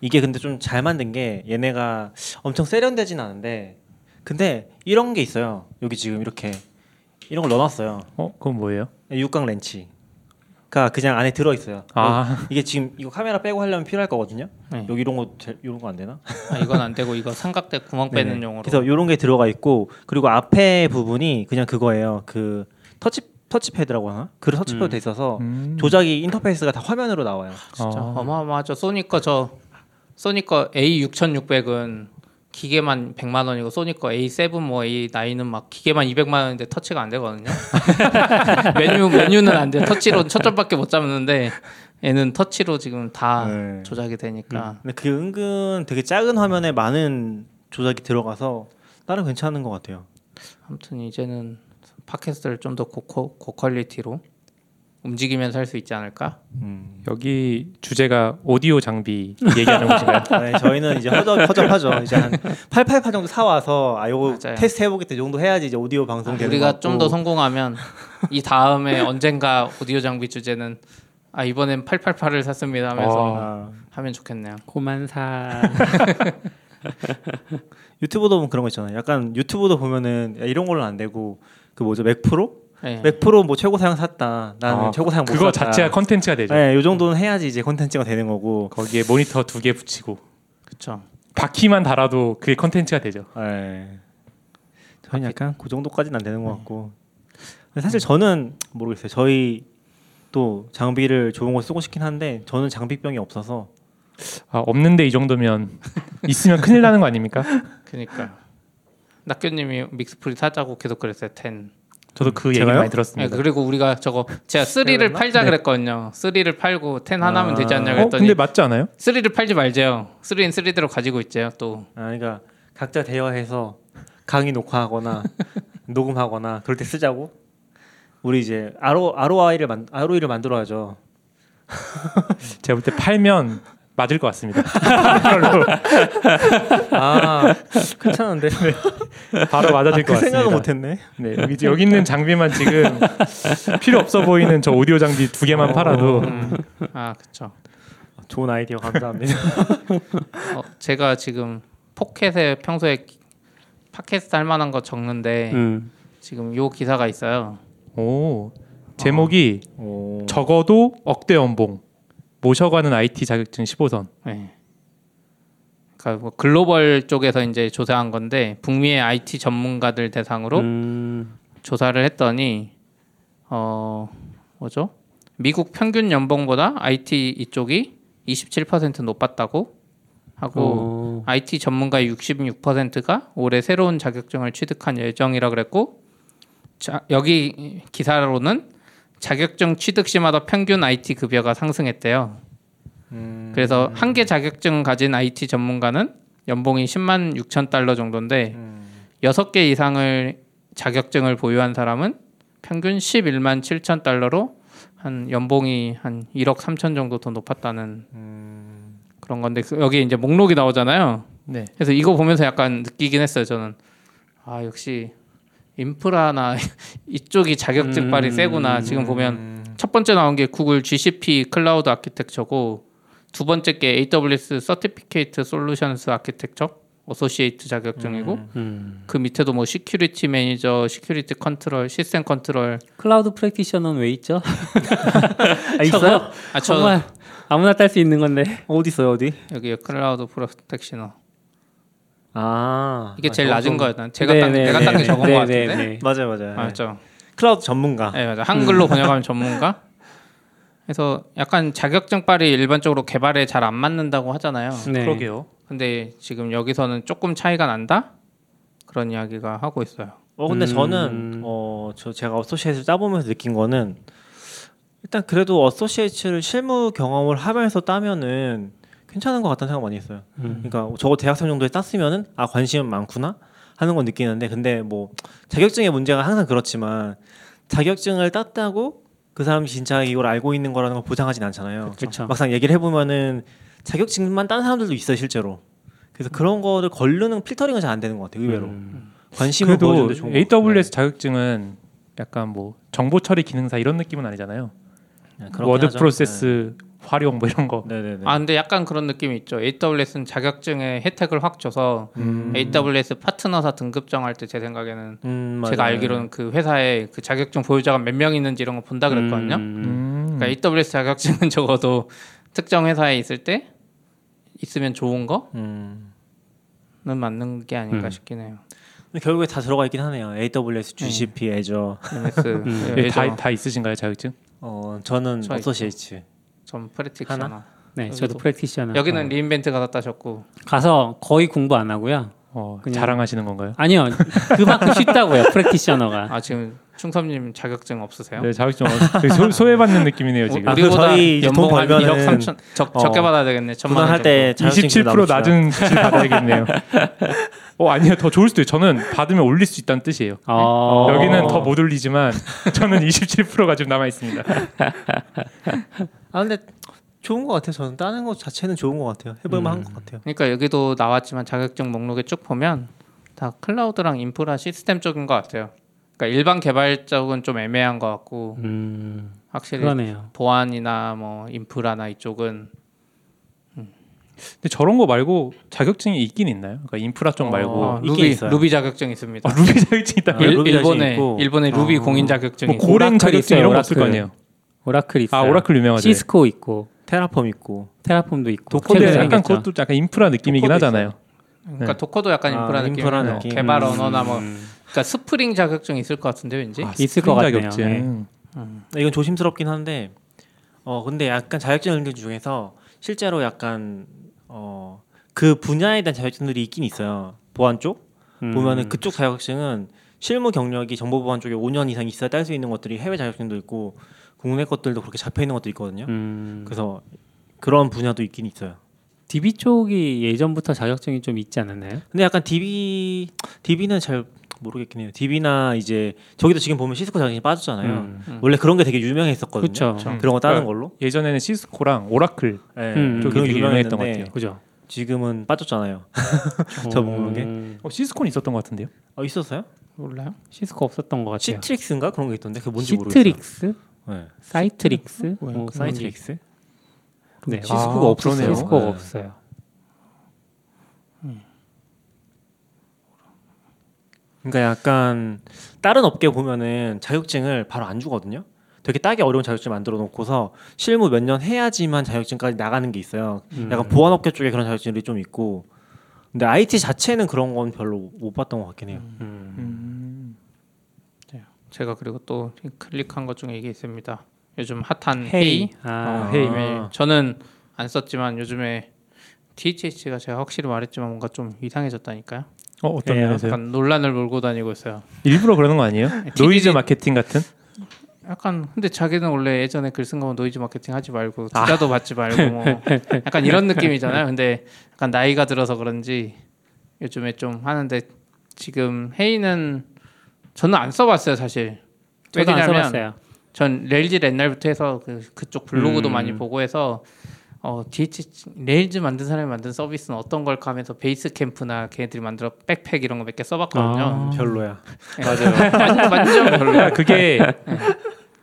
이게 근데 좀 잘 만든 게 얘네가 엄청 세련되진 않은데 근데 이런 게 있어요. 여기 지금 이렇게 이런 걸 넣어놨어요.
어, 그건 뭐예요?
육각 렌치가 그러니까 그냥 안에 들어 있어요.
아,
이게 지금 이거 카메라 빼고 하려면 필요할 거거든요.
네.
여기 이런 거 제- 이런 거 안 되나?
아, 이건 안 되고 이거 삼각대 구멍 빼는
네네.
용으로
그래서 이런 게 들어가 있고 그리고 앞에 부분이 그냥 그거예요. 그 터치 터치패드라고 하나? 그 터치패드 돼 있어서
음.
조작이 인터페이스가 다 화면으로 나와요.
진짜
어.
어마어마하죠. 소니 거저 소니 거 A6600은 기계만 100만 원이고 소니 거 A7 뭐 A9은 막 기계만 200만 원인데 터치가 안 되거든요. 메뉴 메뉴는 안 돼. 터치로 첫 점밖에 못 잡는데 얘는 터치로 지금 다
네.
조작이 되니까
근데 그 은근 되게 작은 화면에 많은 조작이 들어가서 나름 괜찮은 것 같아요.
아무튼 이제는 팟캐스트를 좀 더 고퀄 고퀄리티로 움직이면서 할 수 있지 않을까?
음.
여기 주제가 오디오 장비 얘기하는 곳인가요?
네, 저희는 이제 허접, 허접하죠. 이제 한 88파 정도 사와서 아 요거
맞아요.
테스트 해보겠다 이 정도 해야지 이제 오디오 방송 되는 것
우리가
같고.
좀 더 성공하면 이 다음에 언젠가 오디오 장비 주제는 아 이번엔 888을 샀습니다 하면서
아,
하면 좋겠네요.
고만사
유튜브도 보면 그런 거 있잖아요. 약간 유튜브도 보면은 야, 이런 걸로 안 되고 그 뭐죠 맥 프로?
네. 어,
맥 프로 뭐 최고 사양 샀다. 나는
아,
최고 사양 못
그거
샀다.
자체가 컨텐츠가 되죠.
네, 요 정도는 해야지 이제 콘텐츠가 되는 거고.
거기에 모니터 두 개 붙이고
그렇죠.
바퀴만 달아도 그게 컨텐츠가 되죠.
네. 저는 약간 그 정도까지는 안 되는 것 같고. 근데 사실 저는 모르겠어요. 저희 또 장비를 좋은 걸 쓰고 싶긴 한데 저는 장비병이 없어서
아, 없는데 이 정도면 있으면 큰일 나는 거 아닙니까?
그러니까 낙교님이 믹스프리 사자고 계속 그랬어요. 10.
저도 그 얘기
제가요? 어,
많이
네,
들었습니다.
그리고 우리가 저거 제가 3를 팔자 그랬거든요. 3를 팔고 10
아.
하나면 되지 않냐
어,
그랬더니
근데 맞지 않아요?
3를 팔지 말재요. 3는 3대로 가지고 있재요. 또
아, 그러니까 각자 대여해서 강의 녹화하거나 녹음하거나 그럴 때 쓰자고. 우리 이제 RO, ROI를 만, ROI를 만들어야죠.
제가 볼 때 팔면 맞을 것 같습니다.
아, 괜찮은데.
바로 맞아질 것
그
같습니다.
생각을 못 했네.
네, 여기, 이제 여기 있는 장비만 지금 필요 없어 보이는 저 오디오 장비 두 개만 팔아도
음. 아 그렇죠.
좋은 아이디어 감사합니다.
어, 제가 지금 포켓에 평소에 팟캐스트 할 만한 거 적는데
음.
지금 요 기사가 있어요.
오 제목이
아. 오.
적어도 억대 연봉 모셔가는 IT 자격증 15선
네. 그러니까 뭐 글로벌 쪽에서 이제 조사한 건데 북미의 IT 전문가들 대상으로
음.
조사를 했더니 어 뭐죠? 미국 평균 연봉보다 IT 이쪽이 27% 높았다고 하고
어.
IT 전문가의 66%가 올해 새로운 자격증을 취득한 예정이라 그랬고 자, 여기 기사로는 자격증 취득 시마다 평균 IT 급여가 상승했대요. 그래서 한 개 자격증 가진 IT 전문가는 연봉이 10만 6천 달러 정도인데 여섯 개 이상을 자격증을 보유한 사람은 평균 11만 7천 달러로 한 연봉이 한 1억 3천 정도 더 높았다는 그런 건데 그- 여기 이제 목록이 나오잖아요.
네
그래서 이거 보면서 약간 느끼긴 했어요. 저는 아 역시 인프라나 이쪽이 자격증 발이
음.
세구나. 지금 보면 첫 번째 나온 게 구글 GCP 클라우드 아키텍처고 두 번째 게 AWS 서티피케이트 솔루션스 아키텍처 어소시에이트 자격증이고
음.
그 밑에도 뭐 시큐리티 매니저, 시큐리티 컨트롤, 시스템 컨트롤.
클라우드 프랙티셔너는 왜 있죠?
아, 있어요?
아 저
정말 아무나 딸 수 있는 건데.
어디 있어요? 어디?
여기 클라우드 프로텍시너
아
이게 제일
아,
낮은
좀-
거였나? 제가 딴
네,
내가
네,
딴게
네,
적은
네,
거 같은데.
네, 네.
맞아요, 맞아요.
맞죠.
클라우드 전문가.
네 맞아
음.
한글로 번역하면 전문가. 그래서 약간 자격증 빨이 일반적으로 개발에 잘 안 맞는다고 하잖아요.
음.
네.
그러게요
근데 지금 여기서는 조금 차이가 난다 그런 이야기가 하고 있어요.
어
음.
근데 저는 어저 제가 어소시에이트 따보면서 느낀 거는 일단 그래도 어소시에이트를 실무 경험을 하면서 따면은 괜찮은 것 같다는 생각 많이 했어요. 그러니까 저거 대학생 정도에 땄으면은 아 관심은 많구나 하는 건 느끼는데 근데 뭐 자격증의 문제가 항상 그렇지만 자격증을 땄다고 그 사람이 진짜 이걸 알고 있는 거라는 걸 보장하진 않잖아요.
그쵸.
막상 얘기를 해보면은 자격증만 딴 사람들도 있어요 실제로. 그래서 그런 거를 걸르는 필터링은 잘 안 되는 것 같아요 의외로. 관심을
그래도
보여주는데 좋은 것 같아요. 네.
AWS 자격증은 약간 뭐 정보 처리 기능사 이런 느낌은 아니잖아요.
네, 그렇긴
워드
하죠.
프로세스 활용 뭐 이런 거.
네. 네네네.
아 근데 약간 그런 느낌이 있죠. AWS는 자격증에 혜택을 확 줘서 AWS 파트너사 등급 정할 때 제 생각에는
음,
제가
맞아요.
알기로는 그 회사에 그 자격증 보유자가 몇 명 있는지 이런 거 본다 그랬거든요.
음.
그러니까 AWS 자격증은 적어도 특정 회사에 있을 때 있으면 좋은 거는
음.
맞는 게 아닌가 싶긴 해요.
근데 결국에 다 들어가 있긴 하네요. AWS, GCP, Azure.
MS
음,
예,
예,
다,
다,
다 있으신가요 자격증?
어, 저는
저
어소시에이츠.
전 프레틱시나
네, 저도 프랙티셔너.
여기는 리인벤트 가서 따셨고
가서 거의 공부 안 하고요.
어,
그냥-
자랑하시는 건가요?
아니요, 그만큼 쉽다고요. 프랙티셔너가.
아 지금 충섭님 자격증 없으세요? 어,
네 자격증 어, 되게 소, 소외받는 느낌이네요 지금.
아,
우리보다
그럼 저희 이제
연봉
돈
한
벌면은
1억 3천 적,
어,
적게 받아야 되겠네. 천만 원
분할할
정도.
때 자격증
27%
남읍시다.
낮은 수치를 받아야겠네요. 어 아니요 더 좋을 수도 있어요. 저는 받으면 올릴 수 있다는 뜻이에요.
어...
여기는 더 못 올리지만 저는 27%가 지금 남아 있습니다.
아 근데 좋은 것 같아요. 저는 따는 것 자체는 좋은 것 같아요. 해볼만 한 것 같아요.
그러니까 여기도 나왔지만 자격증 목록에 쭉 보면 다 클라우드랑 인프라 시스템 쪽인 것 같아요. 그러니까 일반 개발 쪽은 좀 애매한 것 같고
음.
확실히
그러네요.
보안이나 뭐 인프라나 이쪽은
근데 저런 거 말고 자격증이 있긴 있나요? 그러니까 인프라 쪽 말고
어,
있긴
루비
있어요.
루비 자격증 있습니다. 어,
아, 루비 자격증 있다.
아,
고
일,
루비 자격증
본에
있고. 어.
일본에 루비 공인 자격증
뭐
이
고랭
오라클
자격증
있어요,
이런 거 없을 거
오라클.
아니에요.
오라클 있어요.
아 오라클 유명하죠.
시스코 있고
테라폼 있고
테라폼도 있고.
도코데
최근에
약간
생겼죠.
그것도 약간 인프라 느낌이긴
도코도
하잖아요.
그러니까 도코도 약간
아,
인프라 느낌,
인프라
뭐
느낌.
개발
음. 아.
언어나 뭐 그러니까 스프링 자격증 있을 것 같은데 왠지
있을 것
스프링
같네요.
자격증.
네.
이건 조심스럽긴 한데 어 근데 약간 자격증 연결 중에서 실제로 약간 어 그 분야에 대한 자격증들이 있긴 있어요. 보안 쪽
음.
보면은 그쪽 자격증은 실무 경력이 정보보안 쪽에 5년 이상 있어야 딸 수 있는 것들이 해외 자격증도 있고 국내 것들도 그렇게 잡혀 있는 것도 있거든요.
음.
그래서 그런 분야도 있긴 있어요.
DB 쪽이 예전부터 자격증이 좀 있지 않았나요?
근데 약간 DB DB는 잘 모르겠긴 해요. DB나 이제 저기도 지금 보면 시스코 자격증이 빠졌잖아요. 원래 그런 게 되게 유명했었거든요.
음. 그렇죠.
그쵸.
그런 거 따는
그러니까
걸로.
예전에는 시스코랑 오라클
예.
음,
쪽이
좀 그런 게
되게 유명했던 것
유명했는데
같아요.
그죠.
지금은 빠졌잖아요. 저 모르게.
음,
어, 시스코는 있었던 것 같은데요.
어 있었어요?
몰라요.
시스코 없었던 것 같아요.
시트릭스인가 그런 게 있던데 그게 뭔지 모르겠어요.
시트릭스,
네.
사이트릭스,
뭐야,
뭐
사이트릭스.
네,
시스코가
아,
없었어요.
그러네요.
시스코가
네.
없어요.
그러니까 약간 다른 업계 보면은 자격증을 바로 안 주거든요. 되게 따기 어려운 자격증 만들어 놓고서 실무 몇 년 해야지만 자격증까지 나가는 게 있어요. 약간 보안업계 쪽에 그런 자격증들이 좀 있고. 근데 IT 자체는 그런 건 별로 못 봤던 것 같긴 해요.
제가 그리고 또 클릭한 것 중에 이게 있습니다. 요즘 핫한 헤이.
헤이. 아,
어.
헤이
아.
메일. 예, 저는 안 썼지만 요즘에 DHH가 제가 확실히 말했지만 뭔가 좀 이상해졌다니까요.
어 어떤
예,
면에서요?
약간 논란을 몰고 다니고 있어요.
일부러 그러는 거 아니에요? 노이즈 마케팅 같은?
약간 근데 자기는 원래 예전에 글 쓴 거면 노이즈 마케팅 하지 말고 투자도 받지 말고 뭐 약간 이런 느낌이잖아요. 근데 약간 나이가 들어서 그런지 요즘에 좀 하는데 지금 헤이는 저는 안 써봤어요 사실.
저도 안
왜냐면
써봤어요.
전 레일즈 옛날부터 해서 그, 그쪽 블로그도
음.
많이 보고 해서 어 DH 레일즈 만든 사람이 만든 서비스는 어떤 걸까 하면서 베이스 캠프나 걔네들이 만들어 백팩 이런 거 몇 개
아, 음.
써봤거든요. 예.
별로야.
맞아요. 완전 별로.
그러니까 그게
네.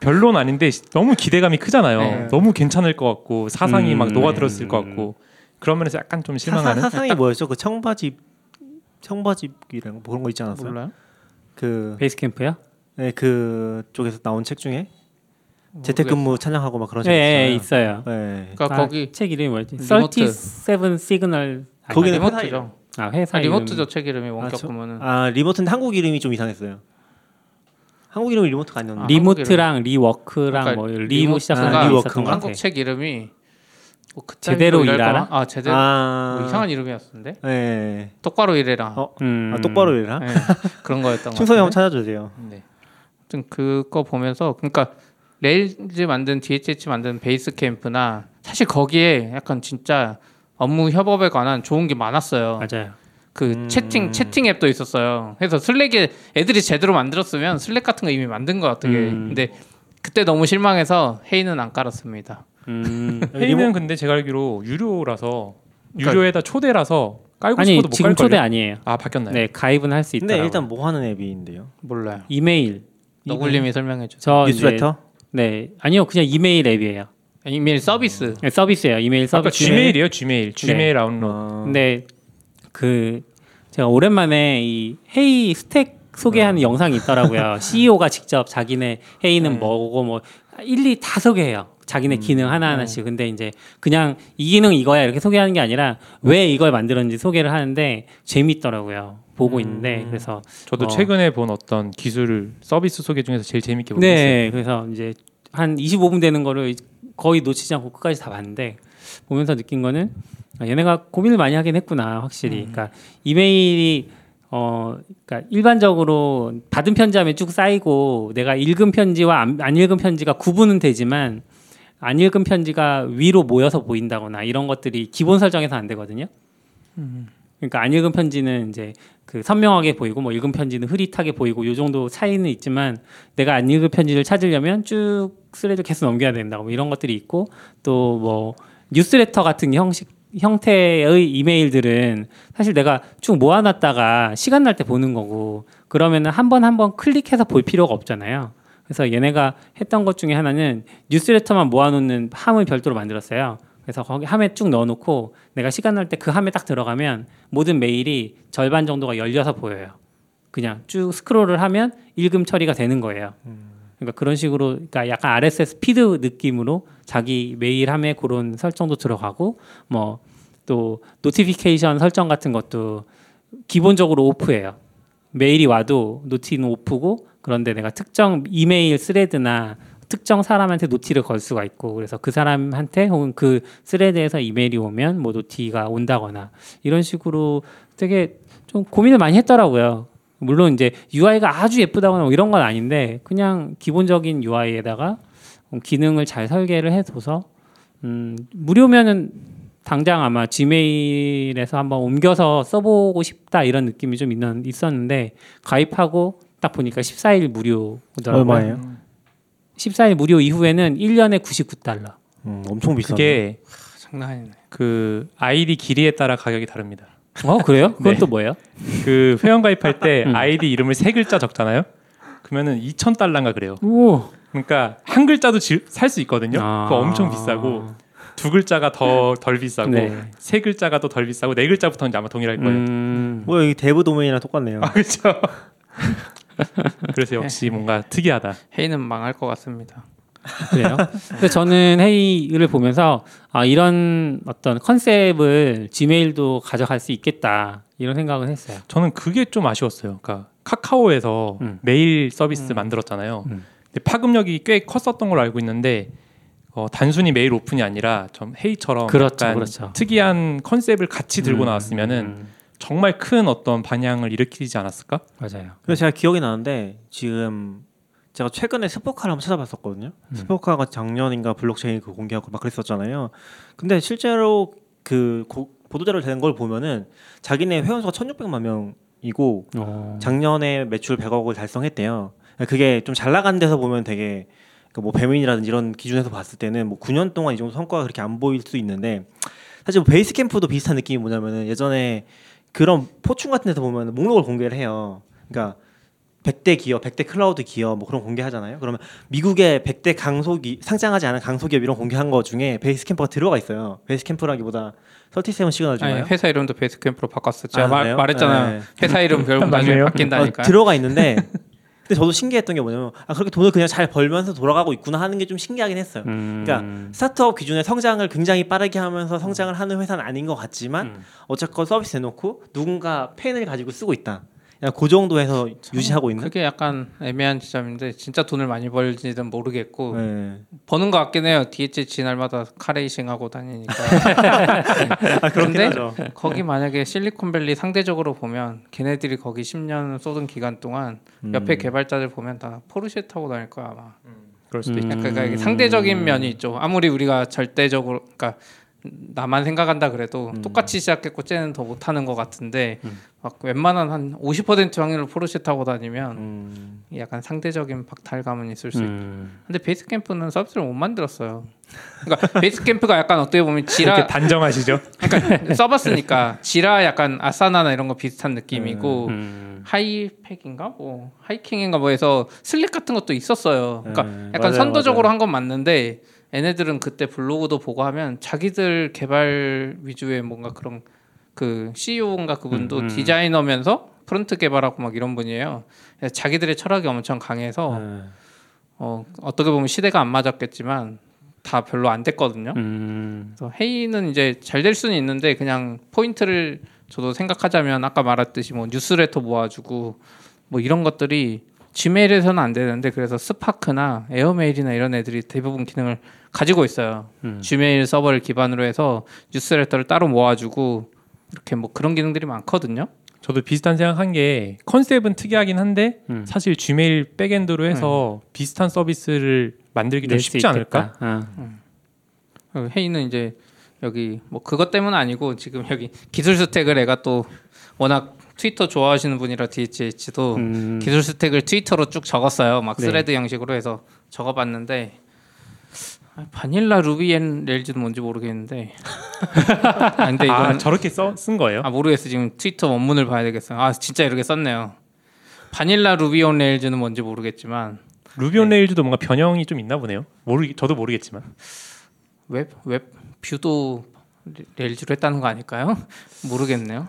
별론 아닌데 시- 너무 기대감이 크잖아요.
네.
너무 괜찮을 것 같고 사상이
음,
막 녹아들었을
음.
것 같고 그런 면에서 약간 좀 실망하는.
사상, 사상이 뭐였죠? 그 청바지 청바지이라는 거 그런 거 있지 않았어요?
몰라요?
그
베이스 캠프요?
네, 그 쪽에서 나온 책 중에 재택근무 찬양하고 막 그런 책
예, 예, 있어요.
있어요. 네.
그러니까
아,
거기
책 이름이 뭐였지?
리모트.
37 시그널 아니,
거기는
리모트죠.
아
아,
회사
리모트죠 책 이름이
아,
원격
저-
근무는.
음.
아 리모트인데 한국 이름이 좀 이상했어요. 한국 이름이 리모트가 아니었나?
아,
데
리모트랑 리워크랑
그러니까
뭐 리무
리모트가 그
시작한 거
리워크인가?
있었던 것 같아.
한국 책 이름이 뭐 그딴
제대로
이럴
일하라?
거나? 아 제대로
아,
뭐 이상한 이름이었는데
네.
똑바로 일해라.
어,
음. 네. 음.
아, 똑바로 일해라.
예, 그런 거였던 것
충성이
같은데.
한번 찾아주세요.
네. 아무튼 그거 보면서 그러니까 레일즈 만든 DHH 만든 베이스 캠프나 사실 거기에 약간 진짜 업무 협업에 관한 좋은 게 많았어요.
맞아요.
그 채팅 채팅 앱도 있었어요. 그래서 슬랙에 애들이 제대로 만들었으면 슬랙 같은 거 이미 만든 것 같아요. 근데 그때 너무 실망해서 헤이는 안 깔았습니다.
음.
페이는 근데 제가 알기로 유료라서
그러니까-
유료에다 초대라서 깔고
아니
싶어도 못
지금
깔걸요.
초대 아니에요.
아 바뀌었나요?
네 가입은 할 수 있다.
근데 일단 뭐 하는 앱인데요?
몰라요.
이메일.
너굴님이 설명해 주세요.
저 이제-
뉴스레터?
네 아니요 그냥 이메일 앱이에요.
이메일 서비스.
네, 서비스예요. 이메일
아까
서비스.
Gmail이에요,
네.
Gmail, Gmail 아웃로.
아.
근데 그 제가 오랜만에 이 헤이 스택 소개하는 영상이 있더라고요. CEO가 직접 어. 자기네 헤이는 뭐고 뭐 1, 2 다 소개해요. 자기네 기능 하나하나씩. 근데 이제 그냥 이 기능 이거야 이렇게 소개하는 게 아니라 왜 이걸 만들었는지 소개를 하는데 재밌더라고요. 보고 있는데 그래서
저도
어.
최근에 본 어떤 기술 서비스 소개 중에서 제일 재밌게 보고 있어요.
네, 그래서 이제 한 25분 되는 거를 거의 놓치지 않고 끝까지 다 봤는데 보면서 느낀 거는 아, 얘네가 고민을 많이 하긴 했구나 확실히.
음.
그러니까 이메일이 어, 그러니까 일반적으로 받은 편지하면 쭉 쌓이고 내가 읽은 편지와 안, 안 읽은 편지가 구분은 되지만 안 읽은 편지가 위로 모여서 보인다거나 이런 것들이 기본 설정에서 안 되거든요.
음.
그러니까 안 읽은 편지는 이제 그 선명하게 보이고 뭐 읽은 편지는 흐릿하게 보이고 요 정도 차이는 있지만 내가 안 읽은 편지를 찾으려면 쭉 스레드 계속 넘겨야 된다고 뭐 이런 것들이 있고 또 뭐 뉴스레터 같은 형식 형태의 이메일들은 사실 내가 쭉 모아놨다가 시간 날 때 보는 거고 그러면은 한 번 한 번 클릭해서 볼 필요가 없잖아요. 그래서 얘네가 했던 것 중에 하나는 뉴스레터만 모아놓는 함을 별도로 만들었어요. 그래서 거기 함에 쭉 넣어놓고 내가 시간 날 때 그 함에 딱 들어가면 모든 메일이 절반 정도가 열려서 보여요. 그냥 쭉 스크롤을 하면 읽음 처리가 되는 거예요. 그러니까 그런 식으로 그러니까 약간 RSS 피드 느낌으로 자기 메일함에 그런 설정도 들어가고 뭐 또 노티피케이션 설정 같은 것도 기본적으로 오프예요. 메일이 와도 노티는 오프고 그런데 내가 특정 이메일 스레드나 특정 사람한테 노티를 걸 수가 있고 그래서 그 사람한테 혹은 그 스레드에서 이메일이 오면 뭐 노티가 온다거나 이런 식으로 되게 좀 고민을 많이 했더라고요. 물론 이제 UI가 아주 예쁘다거나 뭐 이런 건 아닌데 그냥 기본적인 UI에다가 기능을 잘 설계를 해둬서 음, 무료면은 당장 아마 지메일에서 한번 옮겨서 써보고 싶다 이런 느낌이 좀 있는, 있었는데 가입하고 딱 보니까 14일 무료더라고요.
얼마예요?
14일 무료 이후에는 1년에 99달러.
음, 엄청 비싸.
그게
아, 장난 아니네.
그 아이디 길이에 따라 가격이 다릅니다.
어 그래요? 그건
네.
또 뭐예요?
그 회원 가입할 때
음.
아이디 이름을 세 글자 적잖아요. 그러면은 2천 달러인가 그래요.
오.
그러니까 한 글자도 살 수 있거든요.
아.
그거 엄청 비싸고 두 글자가 더 덜 비싸고
네.
세 글자가 또 덜 비싸고 네 글자부터는 아마 동일할 거예요.
음.
뭐 여기 대부 도메인이랑 똑같네요.
아 그렇죠. 그래서 역시 뭔가 특이하다.
헤이는 망할 것 같습니다.
그래요. 근데 저는 회의를 보면서 아, 이런 어떤 컨셉을 지메일도 가져갈 수 있겠다 이런 생각을 했어요.
저는 그게 좀 아쉬웠어요. 그러니까 카카오에서
음.
메일 서비스 만들었잖아요.
음.
근데 파급력이 꽤 컸었던 걸로 알고 있는데 어, 단순히 메일 오픈이 아니라 좀 헤이처럼
그렇죠,
약간
그렇죠.
특이한 컨셉을 같이 들고 나왔으면은
음,
정말 큰 어떤 반향을 일으키지 않았을까?
맞아요.
그래서 제가 기억이 나는데 지금 제가 최근에 스포카를 한번 찾아봤었거든요.
음.
스포카가 작년인가 블록체인 그 공개하고 막 그랬었잖아요. 근데 실제로 그 고- 보도자료 되는 걸 보면은 자기네 회원수가 1,600만 명이고
어.
작년에 매출 100억을 달성했대요. 그러니까 그게 좀 잘 나간 데서 보면 되게 그뭐 배민이라든지 이런 기준에서 봤을 때는 뭐 9년 동안 이 정도 성과가 그렇게 안 보일 수 있는데 사실 뭐 베이스 캠프도 비슷한 느낌이 뭐냐면은 예전에 그런 포춘 같은 데서 보면 목록을 공개를 해요. 그러니까 100대 기업, 100대 클라우드 기업 뭐 그런 공개하잖아요. 그러면 미국의 100대 강소기 상장하지 않은 강소기업 이런 공개한 거 중에 베이스 캠프가 들어가 있어요. 베이스 캠프라기보다 37 시그널
아니, 예.
중에
회사 이름도 베이스캠프로 바꿨어. 제가
아,
말,
그래요?
말했잖아요.
네.
회사 이름 결국 나중에 바뀐다니까.
어, 들어가 있는데 근데 저도 신기했던 게 뭐냐면 아 그렇게 돈을 그냥 잘 벌면서 돌아가고 있구나 하는 게 좀 신기하긴 했어요.
음.
음.
그러니까 스타트업 기준에 성장을 굉장히 빠르게 하면서 성장을 하는 회사는 아닌 것 같지만 어쨌건 서비스 내놓고 누군가 펜을 가지고 쓰고 있다. 그냥 그 정도에서 유지하고 있는.
그게 약간 애매한 지점인데 진짜 돈을 많이 벌지는 모르겠고
네.
버는 것 같긴 해요. DHG 날마다 카레이싱 하고 다니니까.
아 그렇긴
근데
하죠.
거기 만약에 실리콘밸리 상대적으로 보면 걔네들이 거기 10년 쏟은 기간 동안 옆에 개발자들 보면 다 포르쉐 타고 다닐 거야 아마.
음. 그럴 음.
수도
약간 그러니까 상대적인 면이 있죠. 아무리 우리가 절대적으로 그러니까 나만 생각한다 그래도
음.
똑같이 시작했고 쟤는 더 못하는 것 같은데 막 웬만한 한 50% 확률로 포르쉐 타고 다니면
음.
약간 상대적인 박탈감은 있을 수 있고 근데 베이스 캠프는 서비스를 못 만들었어요 그러니까 베이스 캠프가 약간 어떻게 보면 지라
이렇게 단정하시죠?
그러니까 써봤으니까 지라 약간 아사나나 이런 거 비슷한 느낌이고
음.
하이팩인가 뭐 하이킹인가 뭐 해서 슬릭 같은 것도 있었어요. 그러니까
음,
약간
맞아요,
선도적으로 한 건 맞는데 얘네들은 그때 블로그도 보고 하면 자기들 개발 위주의 뭔가 그런 그 CEO인가 그분도
음,
디자이너면서 프론트 개발하고 막 이런 분이에요. 그래서 자기들의 철학이 엄청 강해서
음.
어, 어떻게 보면 시대가 안 맞았겠지만 다 별로 안 됐거든요.
음.
그래서 헤이는 이제 잘 될 수는 있는데 그냥 포인트를 저도 생각하자면 아까 말했듯이 뭐 뉴스레터 모아주고 뭐 이런 것들이 지메일에서는 안 되는데 그래서 스파크나 에어메일이나 이런 애들이 대부분 기능을 가지고 있어요. 지메일 서버를 기반으로 해서 뉴스레터를 따로 모아주고 이렇게 뭐 그런 기능들이 많거든요.
저도 비슷한 생각한 게 컨셉은 특이하긴 한데
음.
사실 Gmail 백엔드로 해서 비슷한 서비스를 만들기 좀
낼수
쉽지
있겠다.
않을까?
아.
어, 회의는 이제 여기 뭐 그것 때문 은 아니고 지금 여기 기술 스택을 애가 또 워낙 트위터 좋아하시는 분이라 DHH도
음.
기술 스택을 트위터로 쭉 적었어요. 막
네.
스레드 형식으로 해서 적어봤는데 아, 바닐라 루비 앤 레일즈는 뭔지 모르겠는데 아, 근데 이건
아
아,
저렇게 써, 쓴 거예요?
모르겠어 지금 트위터 원문을 봐야 되겠어요. 아 진짜 이렇게 썼네요. 바닐라 루비 온 레일즈는 뭔지 모르겠지만
루비 온 레일즈도 뭔가 변형이 좀 있나 보네요. 모르 저도 모르겠지만
웹, 웹 뷰도 레- 레일즈로 했다는 거 아닐까요? 모르겠네요.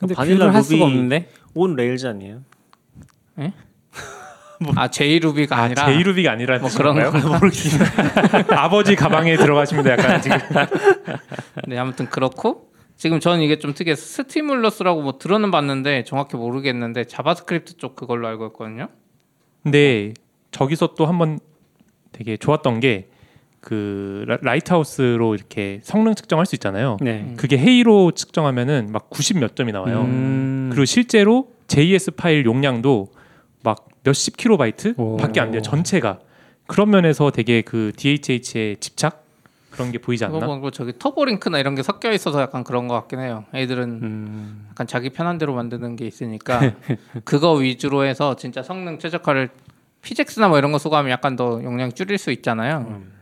근데
바닐라
바닐라 할
루비
수가 없는데.
온 레일즈 아니에요?
아 제이루비가 아니라
뭐. 제이루비가 아니라
뭐 그런
건가요? 모르겠어요. 아버지 가방에 들어가시면 약간 지금
네 아무튼 그렇고 지금 저는 이게 좀 특이해서 스티뮬러스라고 뭐 들어는 봤는데 정확히 모르겠는데 자바스크립트 쪽 그걸로 알고 있거든요.
근데 저기서 또 한번 되게 좋았던 게 그 라이트하우스로 이렇게 성능 측정할 수 있잖아요.
네.
음.
그게 헤이로 측정하면은 막 90 몇 점이 나와요.
음.
그리고 실제로 JS 파일 용량도 막 몇십 킬로바이트
오.
밖에 안 돼요. 전체가 그런 면에서 되게 그 DHH의 집착 그런 게 보이지
그거
않나?
보고 저기 터보링크나 이런 게 섞여 있어서 약간 그런 것 같긴 해요. 애들은
음.
약간 자기 편한 대로 만드는 게 있으니까 그거 위주로 해서 진짜 성능 최적화를 피젝스나 뭐 이런 거 쏘고 하면 약간 더 용량 줄일 수 있잖아요.
음.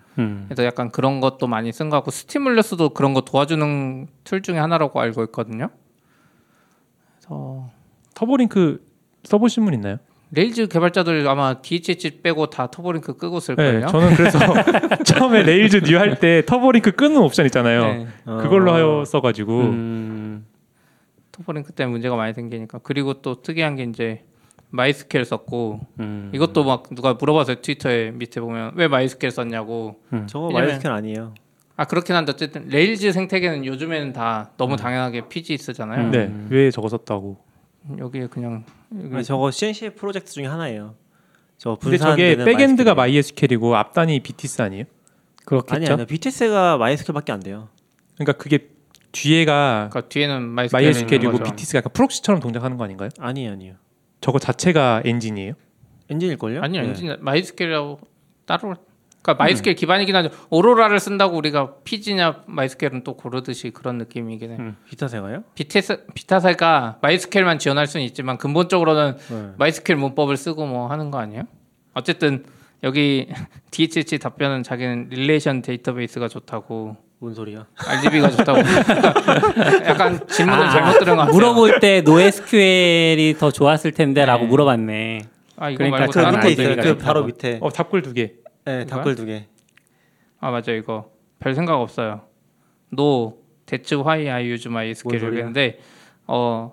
그래서 약간 그런 것도 많이 쓴 거 같고 스티뮬러스도 그런 거 도와주는 툴 중에 하나라고 알고 있거든요. 그래서
터보링크 써보신 분 있나요?
레일즈 개발자들 아마 DHH 빼고 다 터보링크 끄고 쓸 거예요.
네, 저는 그래서 처음에 레일즈 뉴 할 때 터보링크 끄는 옵션 있잖아요.
네,
그걸로 하여 써가지고
음.
터보링크 때문에 문제가 많이 생기니까. 그리고 또 특이한 게 이제 마이스켈 썼고 이것도 막 누가 물어봐서 트위터에 밑에 보면 왜 마이스켈 썼냐고.
저거
왜냐면-
마이스캔 아니에요.
아 그렇긴 한데 어쨌든 레일즈 생태계는 요즘에는 다 너무 당연하게 PG 쓰잖아요.
네, 왜 저거 썼다고?
여기에 그냥 여기
아니, 저거 CNCF 프로젝트 중에 하나예요. 저
근데 저게
분산되는
백엔드가
마이스캔이에요.
MySQL이고 앞단이 BTS 아니에요?
그렇겠죠.
아니 아니요. BTS가 마이스캔밖에 안 돼요.
그러니까 그게 뒤에가
그러니까 뒤에는 마이스켈이 있는
MySQL이고
거죠.
BTS가 약간 프록시처럼 동작하는 거 아닌가요?
아니에요, 아니에요.
저거 자체가 엔진이에요?
엔진일 걸요? 네.
아니요, 엔진 마이스케일하고 따로. 그러니까 마이스케일 기반이긴 하죠. 오로라를 쓴다고 우리가 피지냐 마이스케일은 또 고르듯이 그런 느낌이긴 해. 요
비타세가요?
비테스 비타사가 마이스케일만 지원할 수는 있지만 근본적으로는 마이스케일 문법을 쓰고 뭐 하는 거 아니에요? 어쨌든 여기 DHH 답변은 자기는 릴레이션 데이터베이스가 좋다고
뭔 소리야?
RDB가 좋다고 그러니까 약간 질문을
아,
잘못 들은 것 같아요.
물어볼 때 NoSQL이 더 좋았을 텐데라고 물어봤네.
아 이거
그러니까
말고
저
다른
밑에
거
있어요.
있어요.
그
그러니까
바로
저거.
밑에.
어 답글 두 개.
네, 댓글 두 개.
아 맞아 이거 별 생각 없어요. No, that's why I use MySQL
뭔 소리야?
이랬는데 어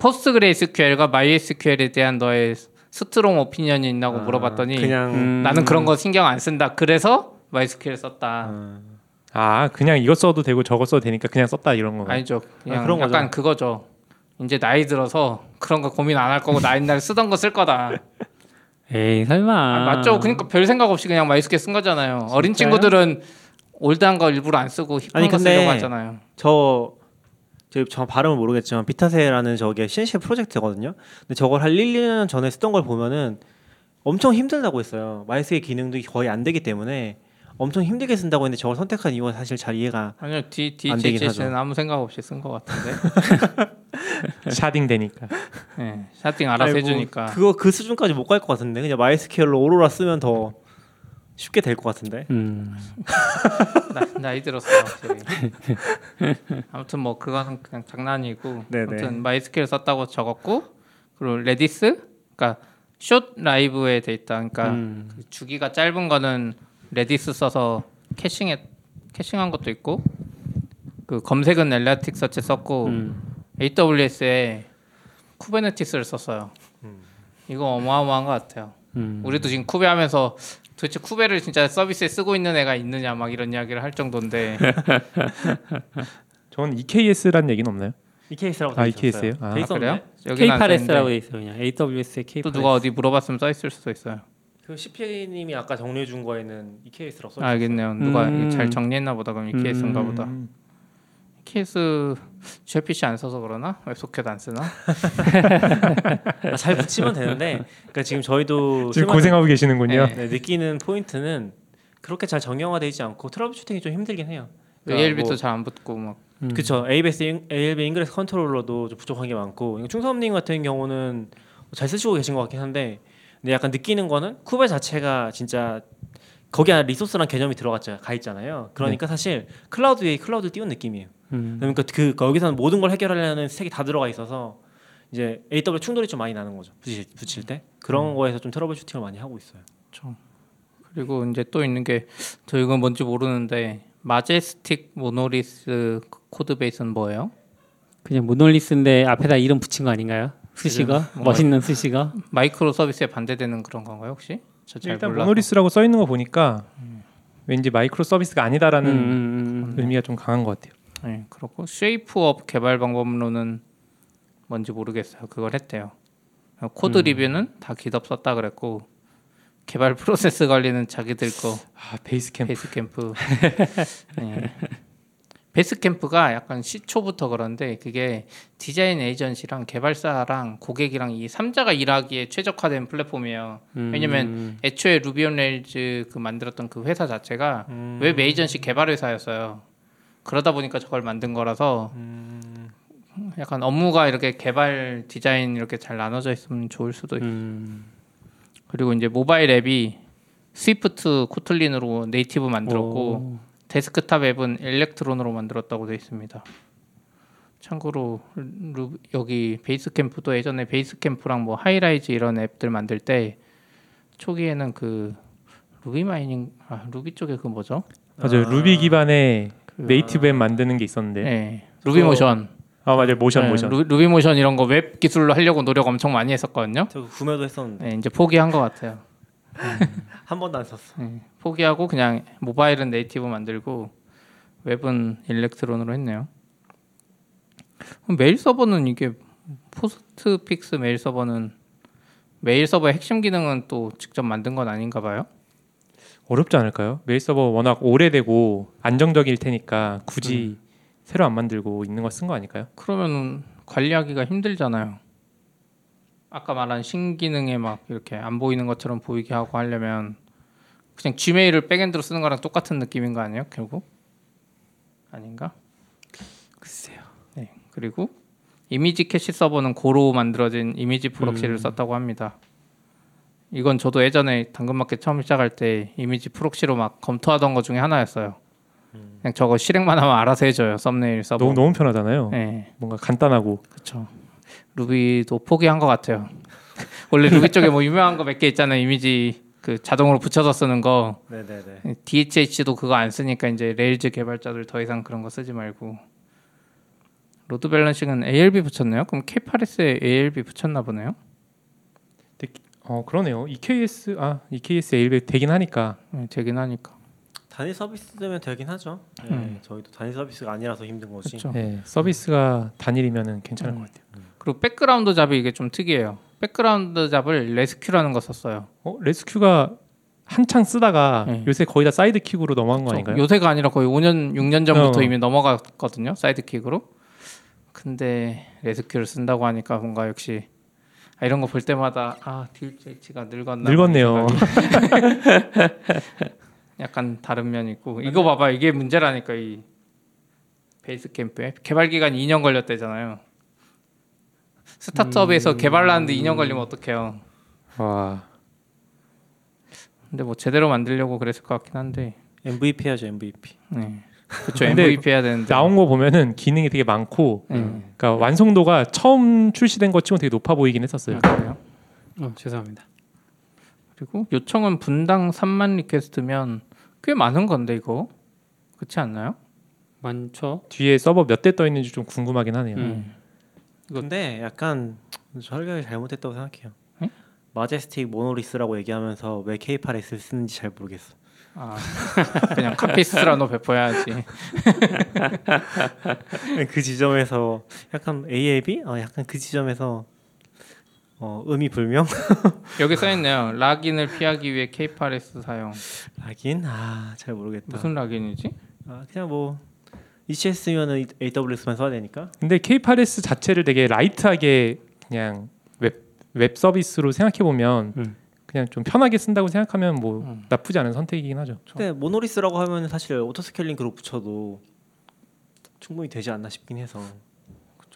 포스트그레이스QL과 MySQL에 대한 너의 스트롱 오피니언이 있나고 물어봤더니
아,
음,
그냥 음.
나는 그런 거 신경 안 쓴다. 그래서 MySQL 썼다.
음.
아 그냥 이거 써도 되고 저거 써도 되니까 그냥 썼다 이런 건가? 요
아니죠. 그냥
그런 거죠.
약간 그거죠. 이제 나이 들어서 그런 거 고민 안 할 거고 나 옛날에 쓰던 거 쓸 거다.
아.
에이 설마.
아, 맞죠. 그러니까 별 생각 없이 그냥 MySQL 쓴 거잖아요. 어린
진짜요?
친구들은 올드한 거 일부러 안 쓰고 힙한
아니,
거
근데
쓰려고 하잖아요.
저, 저, 저 발음은 모르겠지만 비타세라는 저게 CNCF 프로젝트거든요. 근데 저걸 한 1, 2년 전에 쓰던 걸 보면은 엄청 힘들다고 했어요. 마이스의 기능도 거의 안 되기 때문에 엄청 힘들게 쓴다고 했는데 저걸 선택한 이유가 사실 잘 이해가
아니요 D D
안
G
되긴
G 는 아무 생각 없이 쓴 것 같은데
샤딩 되니까.
예, 샤팅 알아서
아니, 뭐
해주니까
그거 그 수준까지 못 갈 것 같은데 그냥 마이스퀘어로 오로라 쓰면 더 쉽게 될 것 같은데
음.
나, 나이 들었어 확실히. 아무튼 뭐 그거는 그냥 장난이고
네네.
아무튼 마이스킬 썼다고 적었고 그리고 레디스 그러니까 숏 라이브에 돼 있다 그러니까
음.
그 주기가 짧은 거는 레디스 써서 캐싱에 캐싱한 것도 있고 그 검색은 엘라틱 서치 썼고
음.
AWS에 쿠베네티스를 썼어요. 이거 어마어마한 것 같아요.
음.
우리도 지금 쿠베 하면서 도대체 쿠베를 진짜 서비스에 쓰고 있는 애가 있느냐 막 이런 이야기를 할 정도인데
저는 EKS란 얘기는 없나요?
어,
EKS라고
아, EKS 예요? 아,
그래요? 음. 여긴 안
K8S라고
써있는데
돼 있어요. 그냥 AWS의 K8S.
또 누가 어디 물어봤으면 써 있을 수도 있어요.
그 CPA님이 아까 정리해 준 거에는 EKS라고 써. 아,
알겠네요. 누가
음.
잘 정리했나 보다. 그럼 이 케이스인가 보다.
음.
케이스 GPC 안 써서 그러나? 웹소켓 안 쓰나?
아, 잘 붙이면 되는데 그러니까 지금 저희도
지금
실망-
고생하고 계시는군요.
네.
네, 느끼는 포인트는 그렇게 잘 정형화되지 않고 트러블 슈팅이 좀 힘들긴 해요. 그러니까
ALB도
뭐-
잘 안 붙고 막
음.
그쵸 ABS 인- ALB 인그레스 컨트롤러도 좀 부족한 게 많고 그러니까 충섭님 같은 경우는 잘 쓰시고 계신 것 같긴 한데 근데 약간 느끼는 거는 쿠베 자체가 진짜 거기 안에 리소스란 개념이 들어갔죠 가 있잖아요 그러니까 사실 클라우드 위에 클라우드 를 띄운 느낌이에요
네. 음.
그러니까 그 거기서는 모든 걸 해결하려는 스택이 다 들어가 있어서 이제 AW 충돌이 좀 많이 나는 거죠 붙일, 붙일 때 그런 거에서 좀 트러블 슈팅을 많이 하고 있어요
그리고 이제 또 있는 게 저 이건 뭔지 모르는데 마제스틱 모노리스 코드 베이스는 뭐예요?
그냥 모놀리스인데 앞에다 이름 붙인 거 아닌가요? 스시거
뭐.
뭔가-
멋있는 스시거.
마이크로 서비스에 반대되는 그런 건가요 혹시? 저 잘
일단
몰라.
모노리스라고 써 있는 거 보니까 왠지 마이크로 서비스가 아니다라는
음, 음, 음.
의미가 좀 강한 것 같아요.
네, 그렇고 쉐이프업 개발 방법론은 뭔지 모르겠어요. 그걸 했대요. 코드 리뷰는 다 기덥 썼다 그랬고 개발 프로세스 관리는 자기들 거
아, 베이스 캠프.
베이스 캠프. 네. 베이스 캠프가 약간 시초부터 그런데 그게 디자인 에이전시랑 개발사랑 고객이랑 이 3자가 일하기에 최적화된 플랫폼이에요. 왜냐면 애초에 루비 온 레일즈 그 만들었던 그 회사 자체가 웹 에이전시 개발 회사였어요. 그러다 보니까 저걸 만든 거라서 음. 약간 업무가 이렇게 개발 디자인 이렇게 잘 나눠져 있으면 좋을 수도 있고 그리고 이제 모바일 앱이 스위프트 코틀린으로 네이티브 만들었고
오.
데스크탑 앱은 엘렉트론으로 만들었다고 되어 있습니다. 참고로 루- 여기 베이스캠프도 예전에 베이스캠프랑 뭐 하이라이즈 이런 앱들 만들 때 초기에는 그 루비 마이닝 아 루비 쪽에 그 뭐죠?
맞아요. 아.
아.
루비 기반의
그-
네이티브 앱 만드는 게 있었는데.
네. 루비 모션.
아, 맞아요. 모션
네,
모션.
루, 루비 모션 이런 거 웹 기술로 하려고 노력 엄청 많이 했었거든요.
저 구매도
음.
했었는데
네, 이제 포기한 것 같아요.
한 번도 안 썼어
네, 포기하고 그냥 모바일은 네이티브 만들고 웹은 일렉트론으로 했네요. 그럼 메일 서버는 이게 포스트픽스 메일 서버는 메일 서버의 핵심 기능은 또 직접 만든 건 아닌가 봐요.
어렵지 않을까요? 메일 서버 워낙 오래되고 안정적일 테니까 굳이 새로 안 만들고 있는 걸 쓴 거 아닐까요?
그러면 관리하기가 힘들잖아요. 아까 말한 신기능에 막 이렇게 안 보이는 것처럼 보이게 하고 하려면 그냥 지메일을 백엔드로 쓰는 거랑 똑같은 느낌인 거 아니에요? 결국 아닌가? 글쎄요. 네 그리고 이미지 캐시 서버는 고로 만들어진 이미지 프록시를 썼다고 합니다. 이건 저도 예전에 당근마켓 처음 시작할 때 이미지 프록시로 막 검토하던 것 중에 하나였어요. 그냥 저거 실행만 하면 알아서 해줘요 썸네일 서버.
너무 너무 편하잖아요.
네.
뭔가 간단하고
그렇죠. 루비도 포기한 것 같아요. 원래 루비 쪽에 뭐 유명한 거 몇 개 있잖아요. 이미지 그 자동으로 붙여서 쓰는 거.
네네네
DHH도 그거 안 쓰니까 이제 레일즈 개발자들 더 이상 그런 거 쓰지 말고. 로드 밸런싱은 ALB 붙였네요. 그럼 K8S에 ALB 붙였나 보네요.
어 그러네요. EKS 아 EKS 에일백 되긴 하니까
네, 되긴 하니까.
단일 서비스면 되긴 하죠 네, 저희도 단일 서비스가 아니라서 힘든 거지
그렇죠.
네, 서비스가 단일이면은 괜찮을 것 같아요.
그리고 백그라운드 잡이 이게 좀 특이해요. 백그라운드 잡을 레스큐라는 거 썼어요.
어 레스큐가 한창 쓰다가
네.
요새 거의 다 사이드 킥으로 넘어간 거 아닌가요?
요새가 아니라 거의 5년, 6년 전부터
어.
이미 넘어갔거든요. 사이드킥으로. 근데 레스큐를 쓴다고 하니까 뭔가 역시 아, 이런 거 볼 때마다 아 DHH가 늙었나
늙었네요.
그런 생각이- 약간 다른 면이 있고 이거 봐봐 이게 문제라니까 이 베이스 캠프에 개발 기간 2년 걸렸대잖아요. 스타트업에서
음.
개발하는데 2년 걸리면 어떡해요?
와
근데 뭐 제대로 만들려고 그랬을 것 같긴 한데
MVP 하죠 MVP.
네. 그쵸
근데
MVP 해야 되는데
나온 거 보면은 기능이 되게 많고 그러니까 완성도가 처음 출시된 것 치고 되게 높아 보이긴 했었어요.
그래요?
어, 죄송합니다.
그리고 요청은 분당 3만 리퀘스트면 꽤 많은 건데 이거 그렇지 않나요?
많죠.
뒤에 서버 몇 대 떠 있는지 좀 궁금하긴 하네요.
음.
근데 약간 설명이 잘못했다고 생각해요.
응?
마제스틱 모노리스라고 얘기하면서 왜 K8S를 쓰는지 잘 모르겠어.
아 그냥 카피스라노 배포해야지.
그 지점에서 약간 AAB? 어, 약간 그 지점에서 어, 의미 불명?
여기 써있네요. 락인을 피하기 위해 K8S 사용.
하긴 아잘 모르겠다.
무슨 락인이지?
아, 그냥 뭐 ECS면은 AWS만 써야 되니까.
근데 K8S 자체를 되게 라이트하게 그냥 웹, 웹 서비스로 생각해 보면
음.
그냥 좀 편하게 쓴다고 생각하면 뭐
음.
나쁘지 않은 선택이긴 하죠.
근데 모노리스라고 하면 사실 오토스케일링 그룹 붙여도 충분히 되지 않나 싶긴 해서.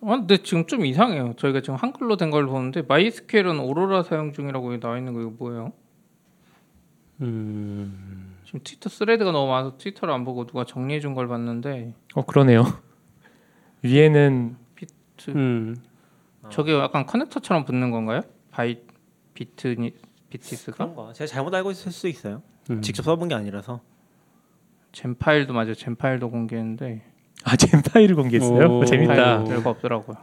아, 근데 지금 좀 이상해요. 저희가 지금 한글로 된 걸 보는데 마이스퀘일은 오로라 사용 중이라고 나와 있는 거 이거 뭐예요? 지금 트위터 스레드가 너무 많아서 트위터를 안 보고 누가 정리해 준 걸 봤는데
어 그러네요. 위에는
음.
저게 약간 커넥터처럼 붙는 건가요? 바이 비트니 비티스가
그런 거. 제가 잘못 알고 있을 수 있어요.
음.
직접 써본 게 아니라서.
젠파일도 맞아요. 젠파일도 공개했는데
아 젠파일을 공개했어요.
오.
재밌다.
젠파일은 별거 없더라고요.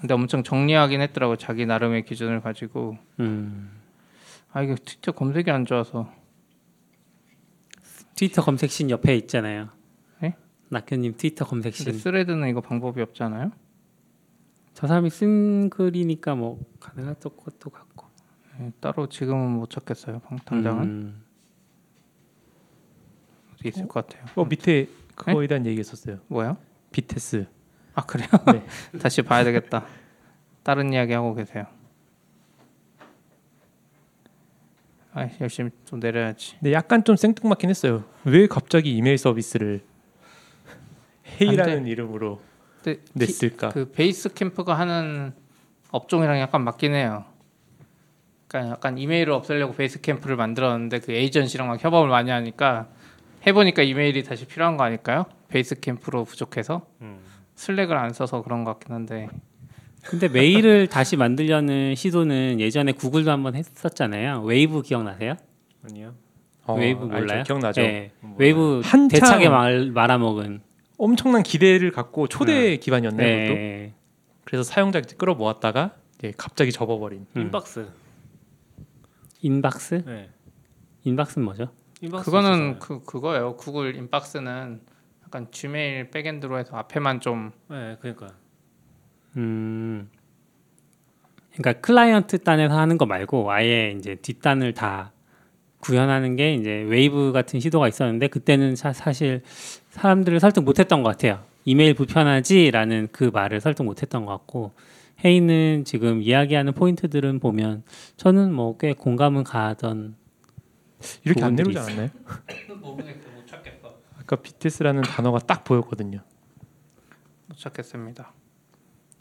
근데 엄청 정리하긴 했더라고 자기 나름의 기준을 가지고
음.
아 이게 트위터 검색이 안 좋아서
트위터 검색신 옆에 있잖아요.
네?
낙현님 트위터
근데
검색신.
스레드는 이거 방법이 없잖아요.
저 사람이 쓴 글이니까 뭐 가능할 것도 같고.
예, 따로 지금은 못 찾겠어요. 방- 당장은
음.
어디 있을 것 같아요.
음.
어 밑에
네?
그거에 대한 얘기 했었어요.
뭐야?
비테스.
아 그래요?
네.
다시 봐야 되겠다. 다른 이야기 하고 계세요. 아 열심히 좀 내려야지.
근데 약간 좀 생뚱맞긴 했어요. 왜 갑자기 이메일 서비스를 헤이라는 이름으로
근데
네.
티-
냈을까?
그 베이스 캠프가 하는 업종이랑 약간 맞긴 해요. 그러니까 약간 이메일을 없애려고 베이스 캠프를 만들었는데 그 에이전시랑 막 협업을 많이 하니까 해보니까 이메일이 다시 필요한 거 아닐까요? 베이스 캠프로 부족해서 슬랙을 안 써서 그런 것 같긴 한데
근데 메일을 다시 만들려는 시도는 예전에 구글도 한번 했었잖아요. 웨이브 기억나세요?
아니요.
웨이브
알죠.
어, 몰라요?
어, 기억나죠.
네. 웨이브
한창-
대차게 말, 말아먹은.
엄청난 기대를 갖고 초대 기반이었네요. 그것도.
네.
그래서 사용자 이제 끌어모았다가 이제 갑자기 접어버린.
음.
인박스.
인박스?
네.
인박스는 뭐죠?
인박스
그거는 그 그거예요. 구글 인박스는 약간 지메일 백엔드로 해서 앞에만 좀
네, 그러니까.
음. 그러니까 클라이언트 단에서 하는 거 말고 아예 이제 뒷단을 다 구현하는 게 이제 웨이브 같은 시도가 있었는데 그때는 사, 사실 사람들을 설득 못했던 것 같아요. 이메일 불편하지라는 그 말을 설득 못했던 것 같고 헤이는 지금 이야기하는 포인트들은 보면 저는 뭐 꽤 공감은 가던
이렇게 안
부분들이
내려오지 않았나요?
모르겠어 못 찾겠어
아까 BTS라는 단어가 딱 보였거든요.
못 찾겠습니다.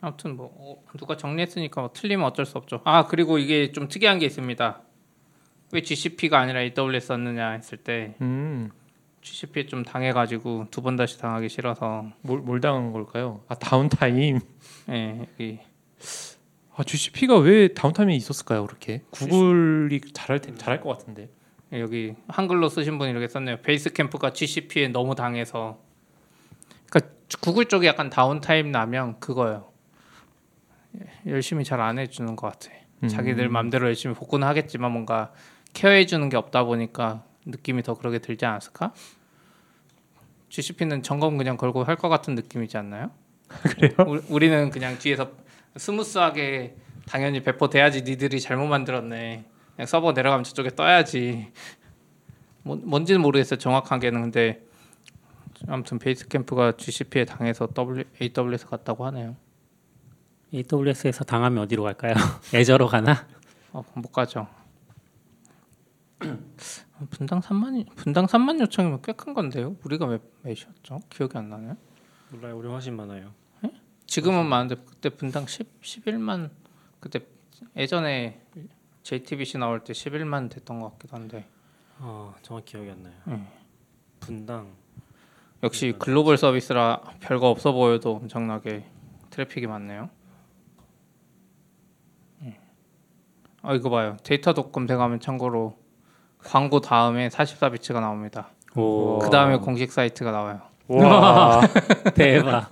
아무튼 뭐 어, 누가 정리했으니까 뭐 틀리면 어쩔 수 없죠. 아 그리고 이게 좀 특이한 게 있습니다. 왜 GCP가 아니라 AWS 썼느냐 했을 때
음,
GCP 좀 당해가지고 두 번 다시 당하기 싫어서
음.
뭘, 뭘 당한 걸까요? 아 다운타임.
예 여기
아 GCP가 왜 다운타임이 있었을까요? 그렇게 구글이 잘할 텐 잘할 것 같은데.
예, 여기 한글로 쓰신 분이 이렇게 썼네요. 베이스 캠프가 GCP에 너무 당해서. 그러니까 구글 쪽이 약간 다운타임 나면 그거예요. 예, 열심히 잘 안 해주는 것 같아.
음.
자기들 마음대로 열심히 복구는 하겠지만 뭔가 케어해주는 게 없다 보니까 느낌이 더 그렇게 들지 않았을까? GCP는 점검 그냥 걸고 할 것 같은 느낌이지 않나요? 그래요? 우리, 는 그냥 뒤에서 스무스하게 당연히 배포돼야지 니들이 잘못 만들었네. 그냥 서버 내려가면 저쪽에 떠야지. 뭐, 뭔, 뭔지는 모르겠어요. 정확하게는 근데 아무튼 베이스 캠프가 GCP에 당해서 w, AWS 갔다고 하네요.
AWS에서 당하면 어디로 갈까요? 애저로 가나?
어, 못 가죠. 분당 3만 분당 3만 요청이면 꽤 큰 건데요. 우리가 몇 몇이었죠? 기억이 안 나네요.
몰라요. 우리 훨씬 많아요.
지금은 많은데 그때 분당 10 11만 그때 예전에 JTBC 나올 때 11만 됐던 것 같기도 한데
어, 정확히 기억이 안 나요. 분당.
역시 글로벌 서비스라 별거 없어 보여도 엄청나게 트래픽이 많네요. 예. 아 이거 봐요. 데이터독 검색하면 참고로 광고 다음에 44비트가 나옵니다.
오.
그 다음에 공식 사이트가 나와요.
와.
대박.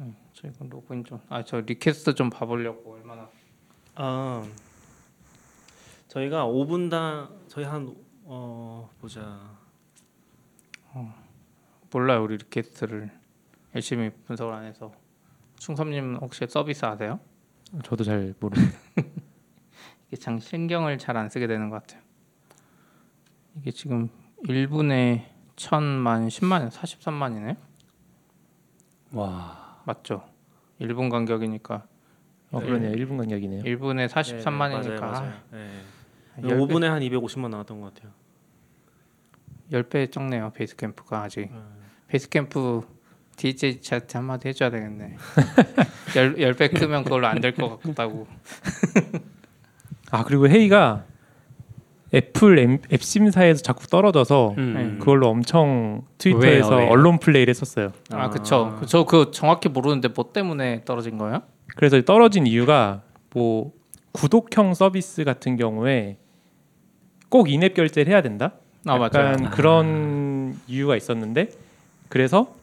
음, 저 이거 로그인 좀. 아 저 리퀘스트 좀 봐보려고 얼마나.
아, 저희가 5분당 저희 한 어, 보자.
몰라요 우리 리퀘스트를 열심히 분석을 안 해서. 충섭님 혹시 서비스 아세요?
저도 잘 모르.
이게 참 신경을 잘 안 쓰게 되는 것 같아요. 이게 지금 1분에 천만 10만 43만이네.
와.
맞죠? 1분 간격이니까
어, 그러네요. 1분 간격이네요.
1분에 43만이니까
네, 맞아요, 맞아요. 네.
열 배-
5분에 한 250만 나왔던 것 같아요.
10배 적네요 베이스캠프가 아직
네.
베이스캠프 DJ 차트 한마디 해줘야 되겠네 10, 배 크면 그걸로 안 될 것 같다고
아 그리고 헤이가 애플 앱, 앱 심사에서 자꾸 떨어져서
음.
그걸로 엄청 트위터에서
왜요, 왜요?
언론 플레이를 했었어요.
아, 그쵸 저 그거 정확히 모르는데 뭐 때문에 떨어진 거예요?
그래서 떨어진 이유가 뭐 구독형 서비스 같은 경우에 꼭 인앱 결제를 해야 된다.
아 맞아요
약간 그런 이유가 있었는데 그래서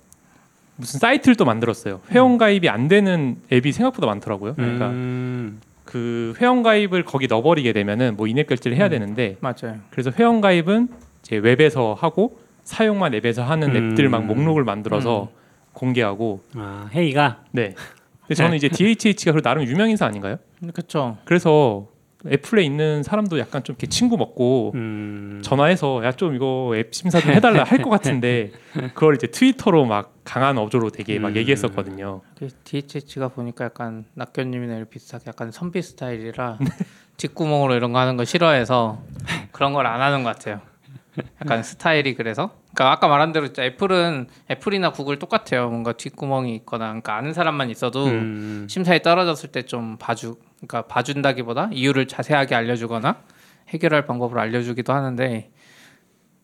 무슨 사이트를 또 만들었어요. 회원 가입이 안 되는 앱이 생각보다 많더라고요. 그러니까
음.
그 회원 가입을 거기 넣어버리게 되면은 뭐 인앱 결제를
음.
해야 되는데
맞아요
그래서 회원 가입은 이제 웹에서 하고 사용만 앱에서 하는
음.
앱들 막 목록을
음.
만들어서 공개하고
아 헤이가
네. 근데 저는 이제 DHH가 그 나름 유명 인사 아닌가요?
그쵸
그래서 애플에 있는 사람도 약간 좀 이렇게 친구 먹고
음.
전화해서 야 좀 이거 앱 심사 좀 해달라 할 것 같은데 그걸 이제 트위터로 막 강한 어조로 되게 막
음.
얘기했었거든요.
그 DHH가 보니까 약간 낙견님이나 비슷하게 약간 선비 스타일이라
네.
뒷구멍으로 이런 거 하는 거 싫어해서 그런 걸 안 하는 것 같아요. 약간
네.
스타일이 그래서. 그러니까 아까 말한 대로 진짜 애플은 애플이나 구글 똑같아요. 뭔가 뒷구멍이 있거나 그러니까 아는 사람만 있어도
음.
심사에 떨어졌을 때 좀 봐주 그러니까 봐준다기보다 이유를 자세하게 알려주거나 해결할 방법을 알려주기도 하는데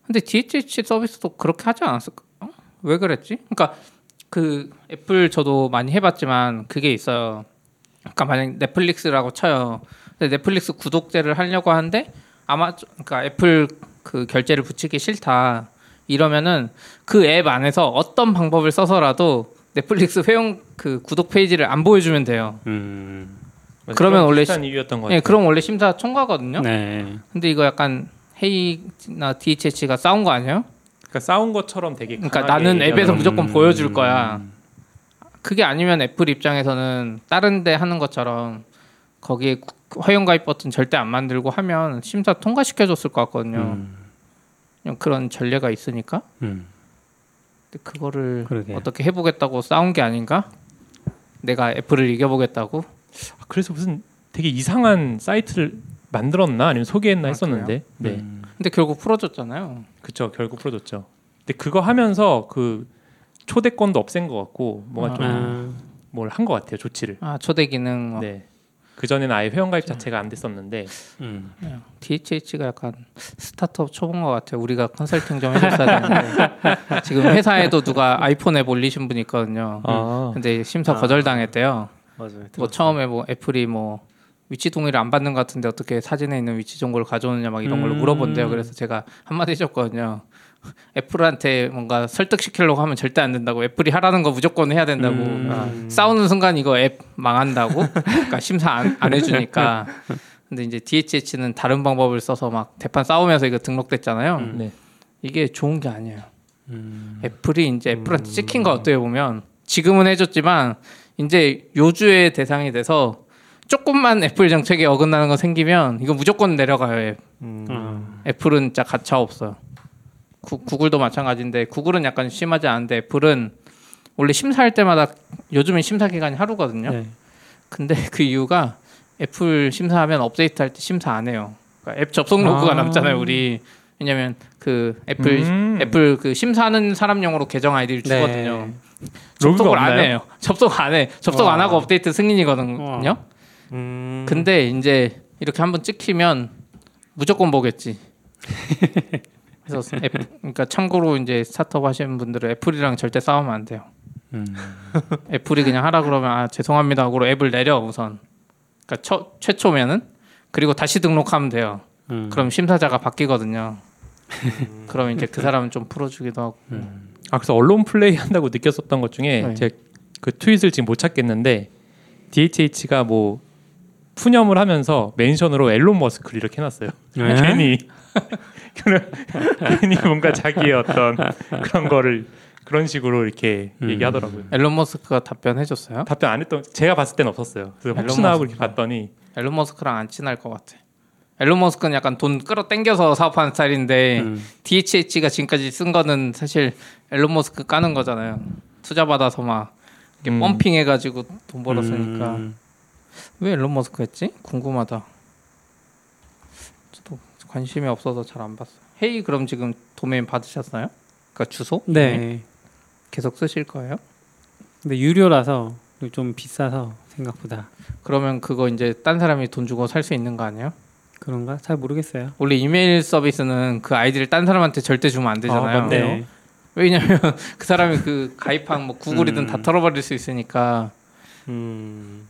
근데 DHH 서비스도 그렇게 하지 않았을까? 어? 왜 그랬지? 그러니까 그 애플 저도 많이 해봤지만 그게 있어요. 그러니까 만약 넷플릭스라고 쳐요. 근데 넷플릭스 구독제를 하려고 하는데 아마 그러니까 애플 그 결제를 붙이기 싫다 이러면은 그 앱 안에서 어떤 방법을 써서라도 넷플릭스 회원 그 구독 페이지를 안 보여주면 돼요.
음.
맞아요.
그러면
그런
원래
비슷한 이유였던 것 같아요.
예, 그럼 원래 심사 통과거든요.
네.
근데 이거 약간 헤이나 DHH가 싸운 거 아니에요?
그러니까 싸운 것처럼 되게
그러니까
강하게
나는 앱에서
얘기하는- 음.
무조건 보여줄 거야. 그게 아니면 애플 입장에서는 다른데 하는 것처럼 거기에 구- 회원가입 버튼 절대 안 만들고 하면 심사 통과시켜줬을 것 같거든요.
음.
그냥 그런 전례가 있으니까.
음.
근데 그거를
그러게요.
어떻게 해보겠다고 싸운 게 아닌가? 내가 애플을 이겨보겠다고?
아, 그래서 무슨 되게 이상한 사이트를 만들었나 아니면 소개했나
아,
했었는데 네
근데 결국 풀어줬잖아요.
그쵸 결국 풀어줬죠. 근데 그거 하면서 그 초대권도 없앤 것 같고 뭔가
아.
좀 뭘 한 것 같아요 조치를.
아 초대 기능 뭐
네. 그 전에는 아예 회원가입 자체가 안 됐었는데
음.
DHH가 약간 스타트업 초보인 것 같아요. 우리가 컨설팅 좀 해줬어야 되는데 지금 회사에도 누가 아이폰 앱 올리신 분이 있거든요.
아,
근데 심사
아.
거절당했대요.
맞아요.
뭐 처음에 뭐 애플이 뭐 위치 동의를 안 받는 것 같은데 어떻게 사진에 있는 위치 정보를 가져오느냐 막 이런 걸로
음.
물어본대요. 그래서 제가 한마디 해줬거든요. 애플한테 뭔가 설득시키려고 하면 절대 안 된다고 애플이 하라는 거 무조건 해야 된다고
음.
아, 싸우는 순간 이거 앱 망한다고 그러니까 심사 안, 안 해주니까 근데 이제 DHH는 다른 방법을 써서 막 대판 싸우면서 이거 등록됐잖아요
네.
이게 좋은 게 아니에요. 애플이 이제 애플한테 찍힌 거 어떻게 보면 지금은 해줬지만 이제 요주의 대상이 돼서 조금만 애플 정책에 어긋나는 거 생기면 이거 무조건 내려가요. 앱.
음.
애플은 진짜 가차 없어요. 구, 구글도 마찬가지인데 구글은 약간 심하지 않은데 애플은 원래 심사할 때마다 요즘엔 심사 기간이 하루거든요.
네.
근데 그 이유가 애플 심사하면 업데이트 할 때 심사 안 해요. 그러니까 앱 접속 로그가
아.
남잖아요, 우리. 왜냐면 그 애플
음.
애플 그 심사하는 사람용으로 계정 아이디를
네.
주거든요.
로그가 아, 네.
접속을 안
없나요? 아.
해요. 접속 안 해. 접속 안
와.
하고 업데이트 승인이거든요.
어.
와.
음.
근데 이제 이렇게 한번 찍히면 무조건 보겠지. 그래서 앱, 그러니까 참고로 이제 스타트업 하시는 분들은 애플이랑 절대 싸우면 안 돼요.
음.
애플이 그냥 하라 그러면 아 죄송합니다 하고 앱을 내려 우선. 그러니까 처, 최초면은 그리고 다시 등록하면 돼요.
음.
그럼 심사자가 바뀌거든요.
음.
그럼 이제 그 사람은 좀 풀어주기도 하고.
아 그래서 언론 플레이 한다고 느꼈었던 것 중에
네.
제가 그 트윗을 지금 못 찾겠는데 DHH가 뭐 푸념을 하면서 멘션으로 앨런 머스크를 이렇게 해놨어요.
네?
괜히 그런- 괜히 뭔가 자기의 어떤 그런 거를 그런 식으로 이렇게
음.
얘기하더라고요.
앨런 머스크가 답변해줬어요.
답변 안 했던 제가 봤을 때는 없었어요. 그래서
앨런
혹시나 하고
머스크.
이렇게 봤더니
앨런 머스크랑 안 친할 것 같아. 앨런 머스크는 약간 돈 끌어당겨서 사업하는 스타일인데
음.
DHH가 지금까지 쓴 거는 사실 앨런 머스크 까는 거잖아요. 투자 받아서 막 이렇게
음.
펌핑 해가지고 돈 벌었으니까
음.
왜 앨런 머스크 했지? 궁금하다. 저도 관심이 없어서 잘 안 봤어. 헤이 그럼 지금 도메인 받으셨나요? 그러니까 주소?
네.
계속 쓰실 거예요?
근데 유료라서 좀 비싸서 생각보다
그러면 그거 이제 딴 사람이 돈 주고 살 수 있는 거 아니에요?
그런가 잘 모르겠어요.
원래 이메일 서비스는 그 아이디를 딴 사람한테 절대 주면 안 되잖아요.
아, 맞네요.
네.
왜냐면 그 사람이 그 가입한 뭐 구글이든
음.
다 털어버릴 수 있으니까
음.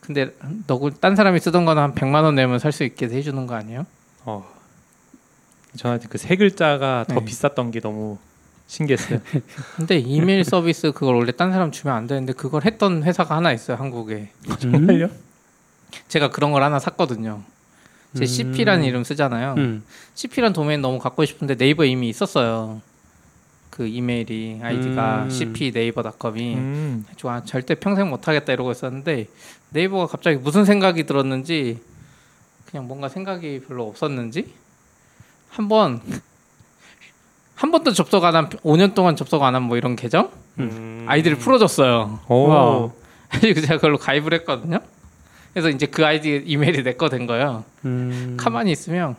근데 너구 딴 사람이 쓰던 거는 한 100만 원 내면 살 수 있게 해주는 거 아니에요?
어, 저한테 그 세 글자가 더
네.
비쌌던 게 너무 신기했어요.
근데 이메일 서비스 그걸 원래 딴 사람 주면 안 되는데 그걸 했던 회사가 하나 있어요 한국에
정말요?
제가 그런 걸 하나 샀거든요 제
음.
CP라는 이름 쓰잖아요
음.
CP란 도메인 너무 갖고 싶은데 네이버에 이미 있었어요 그 이메일이 아이디가
음.
CP 네이버닷컴이
음.
좋아 절대 평생 못하겠다 이러고 있었는데 네이버가 갑자기 무슨 생각이 들었는지 그냥 뭔가 생각이 별로 없었는지 한번 한 번도 접속 안 한 5년 동안 접속 안 한 뭐 이런 계정 아이디를 풀어줬어요.
오.
와.
그래서 제가 그걸로 가입을 했거든요. 그래서 이제 그 아이디 이메일이 내 거 된 거예요.
음.
가만히 있으면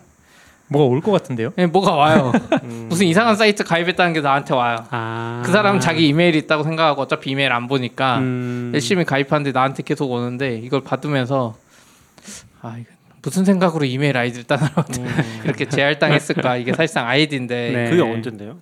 뭐가 올 것 같은데요?
그냥 뭐가 와요.
음.
무슨 이상한 사이트 가입했다는 게 나한테 와요.
아.
그 사람 자기 이메일이 있다고 생각하고 어차피 이메일 안 보니까
음.
열심히 가입하는데 나한테 계속 오는데 이걸 받으면서 아 이거 무슨 생각으로 이메일 아이디를 따라한테 이렇게 제할당했을까 이게 사실상 아이디인데
음. 네.
그게 언젠데요?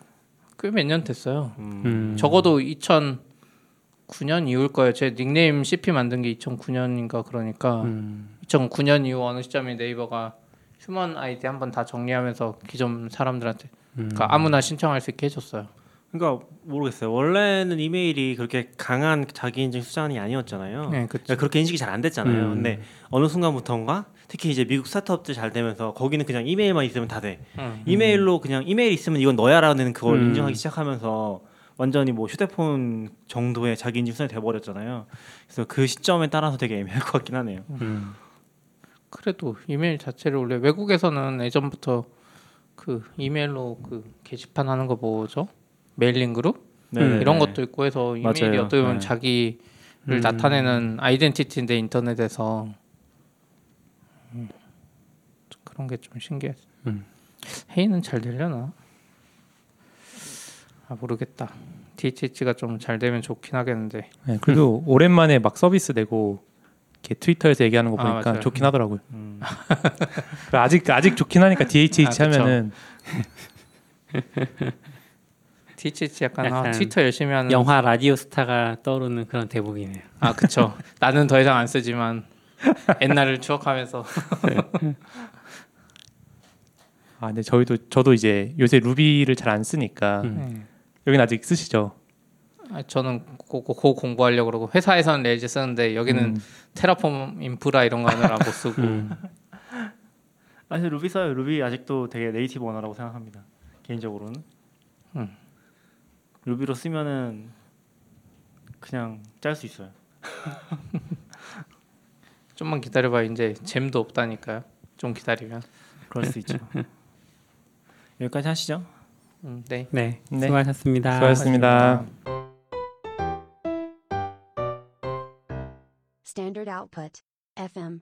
꽤몇 년 됐어요
음.
적어도 2009년 이후일 거예요 제 닉네임 CP 만든 게 2009년인가 그러니까
음.
2009년 이후 어느 시점에 네이버가 휴먼 아이디 한번 다 정리하면서 기존 사람들한테
음.
그러니까 아무나 신청할 수 있게 해줬어요
그러니까 모르겠어요. 원래는 이메일이 그렇게 강한 자기인증 수단이 아니었잖아요.
네 그쵸
그렇게 인식이 잘 안 됐잖아요.
음.
근데 어느 순간부터인가 특히 이제 미국 스타트업들 잘 되면서 거기는 그냥 이메일만 있으면 다 돼.
음.
이메일로 그냥 이메일 있으면 이건 너야라는 그걸
음.
인정하기 시작하면서 완전히 뭐 휴대폰 정도의 자기 인증 수단이 돼버렸잖아요. 그래서 그 시점에 따라서 되게 애매할 것 같긴 하네요.
음.
그래도 이메일 자체를 원래 외국에서는 예전부터 그 이메일로 그 게시판 하는 거 뭐죠? 메일링 그룹
네네네.
음, 이런 것도 있고 해서 이메일이
맞아요.
어떻게
네.
보면 자기를
음.
나타내는 아이덴티티인데 인터넷에서 음. 좀 그런 게 좀 신기했어.
음.
헤이는 잘 되려나? 아 모르겠다. DHH가 좀 잘 되면 좋긴 하겠는데.
네, 그래도 오랜만에 막 서비스 내고 이렇게 트위터에서 얘기하는 거
아,
보니까
맞아요.
좋긴 하더라고요. 아직 아직 좋긴 하니까 DHH
아, 그쵸.
하면은
DHH 약간, 아,
약간
트위터 열심히 하는
영화 라디오 스타가 떠오르는 그런 대목이네요.
아 그쵸 나는 더 이상 안 쓰지만 옛날을 추억하면서
아 근데 저희도 저도 이제 요새 루비를 잘 안 쓰니까 여긴 아직 쓰시죠?
아, 저는 그거 그거 공부하려고 그러고 회사에서는 레이즈 쓰는데 여기는 테라폼 인프라 이런 거 하느라 못 쓰고
사실 루비 써요. 루비 아직도 되게 네이티브 언어라고 생각합니다. 개인적으로는. 음. 루비로 쓰면은 그냥 짤 수 있어요.
좀만 기다려봐 이제 잼도 없다니까요 좀 기다리면
그럴 수 있죠. 여기까지 하시죠.
음, 네
네.
네.
수고하셨습니다.
수고하셨습니다.
Standard output. FM.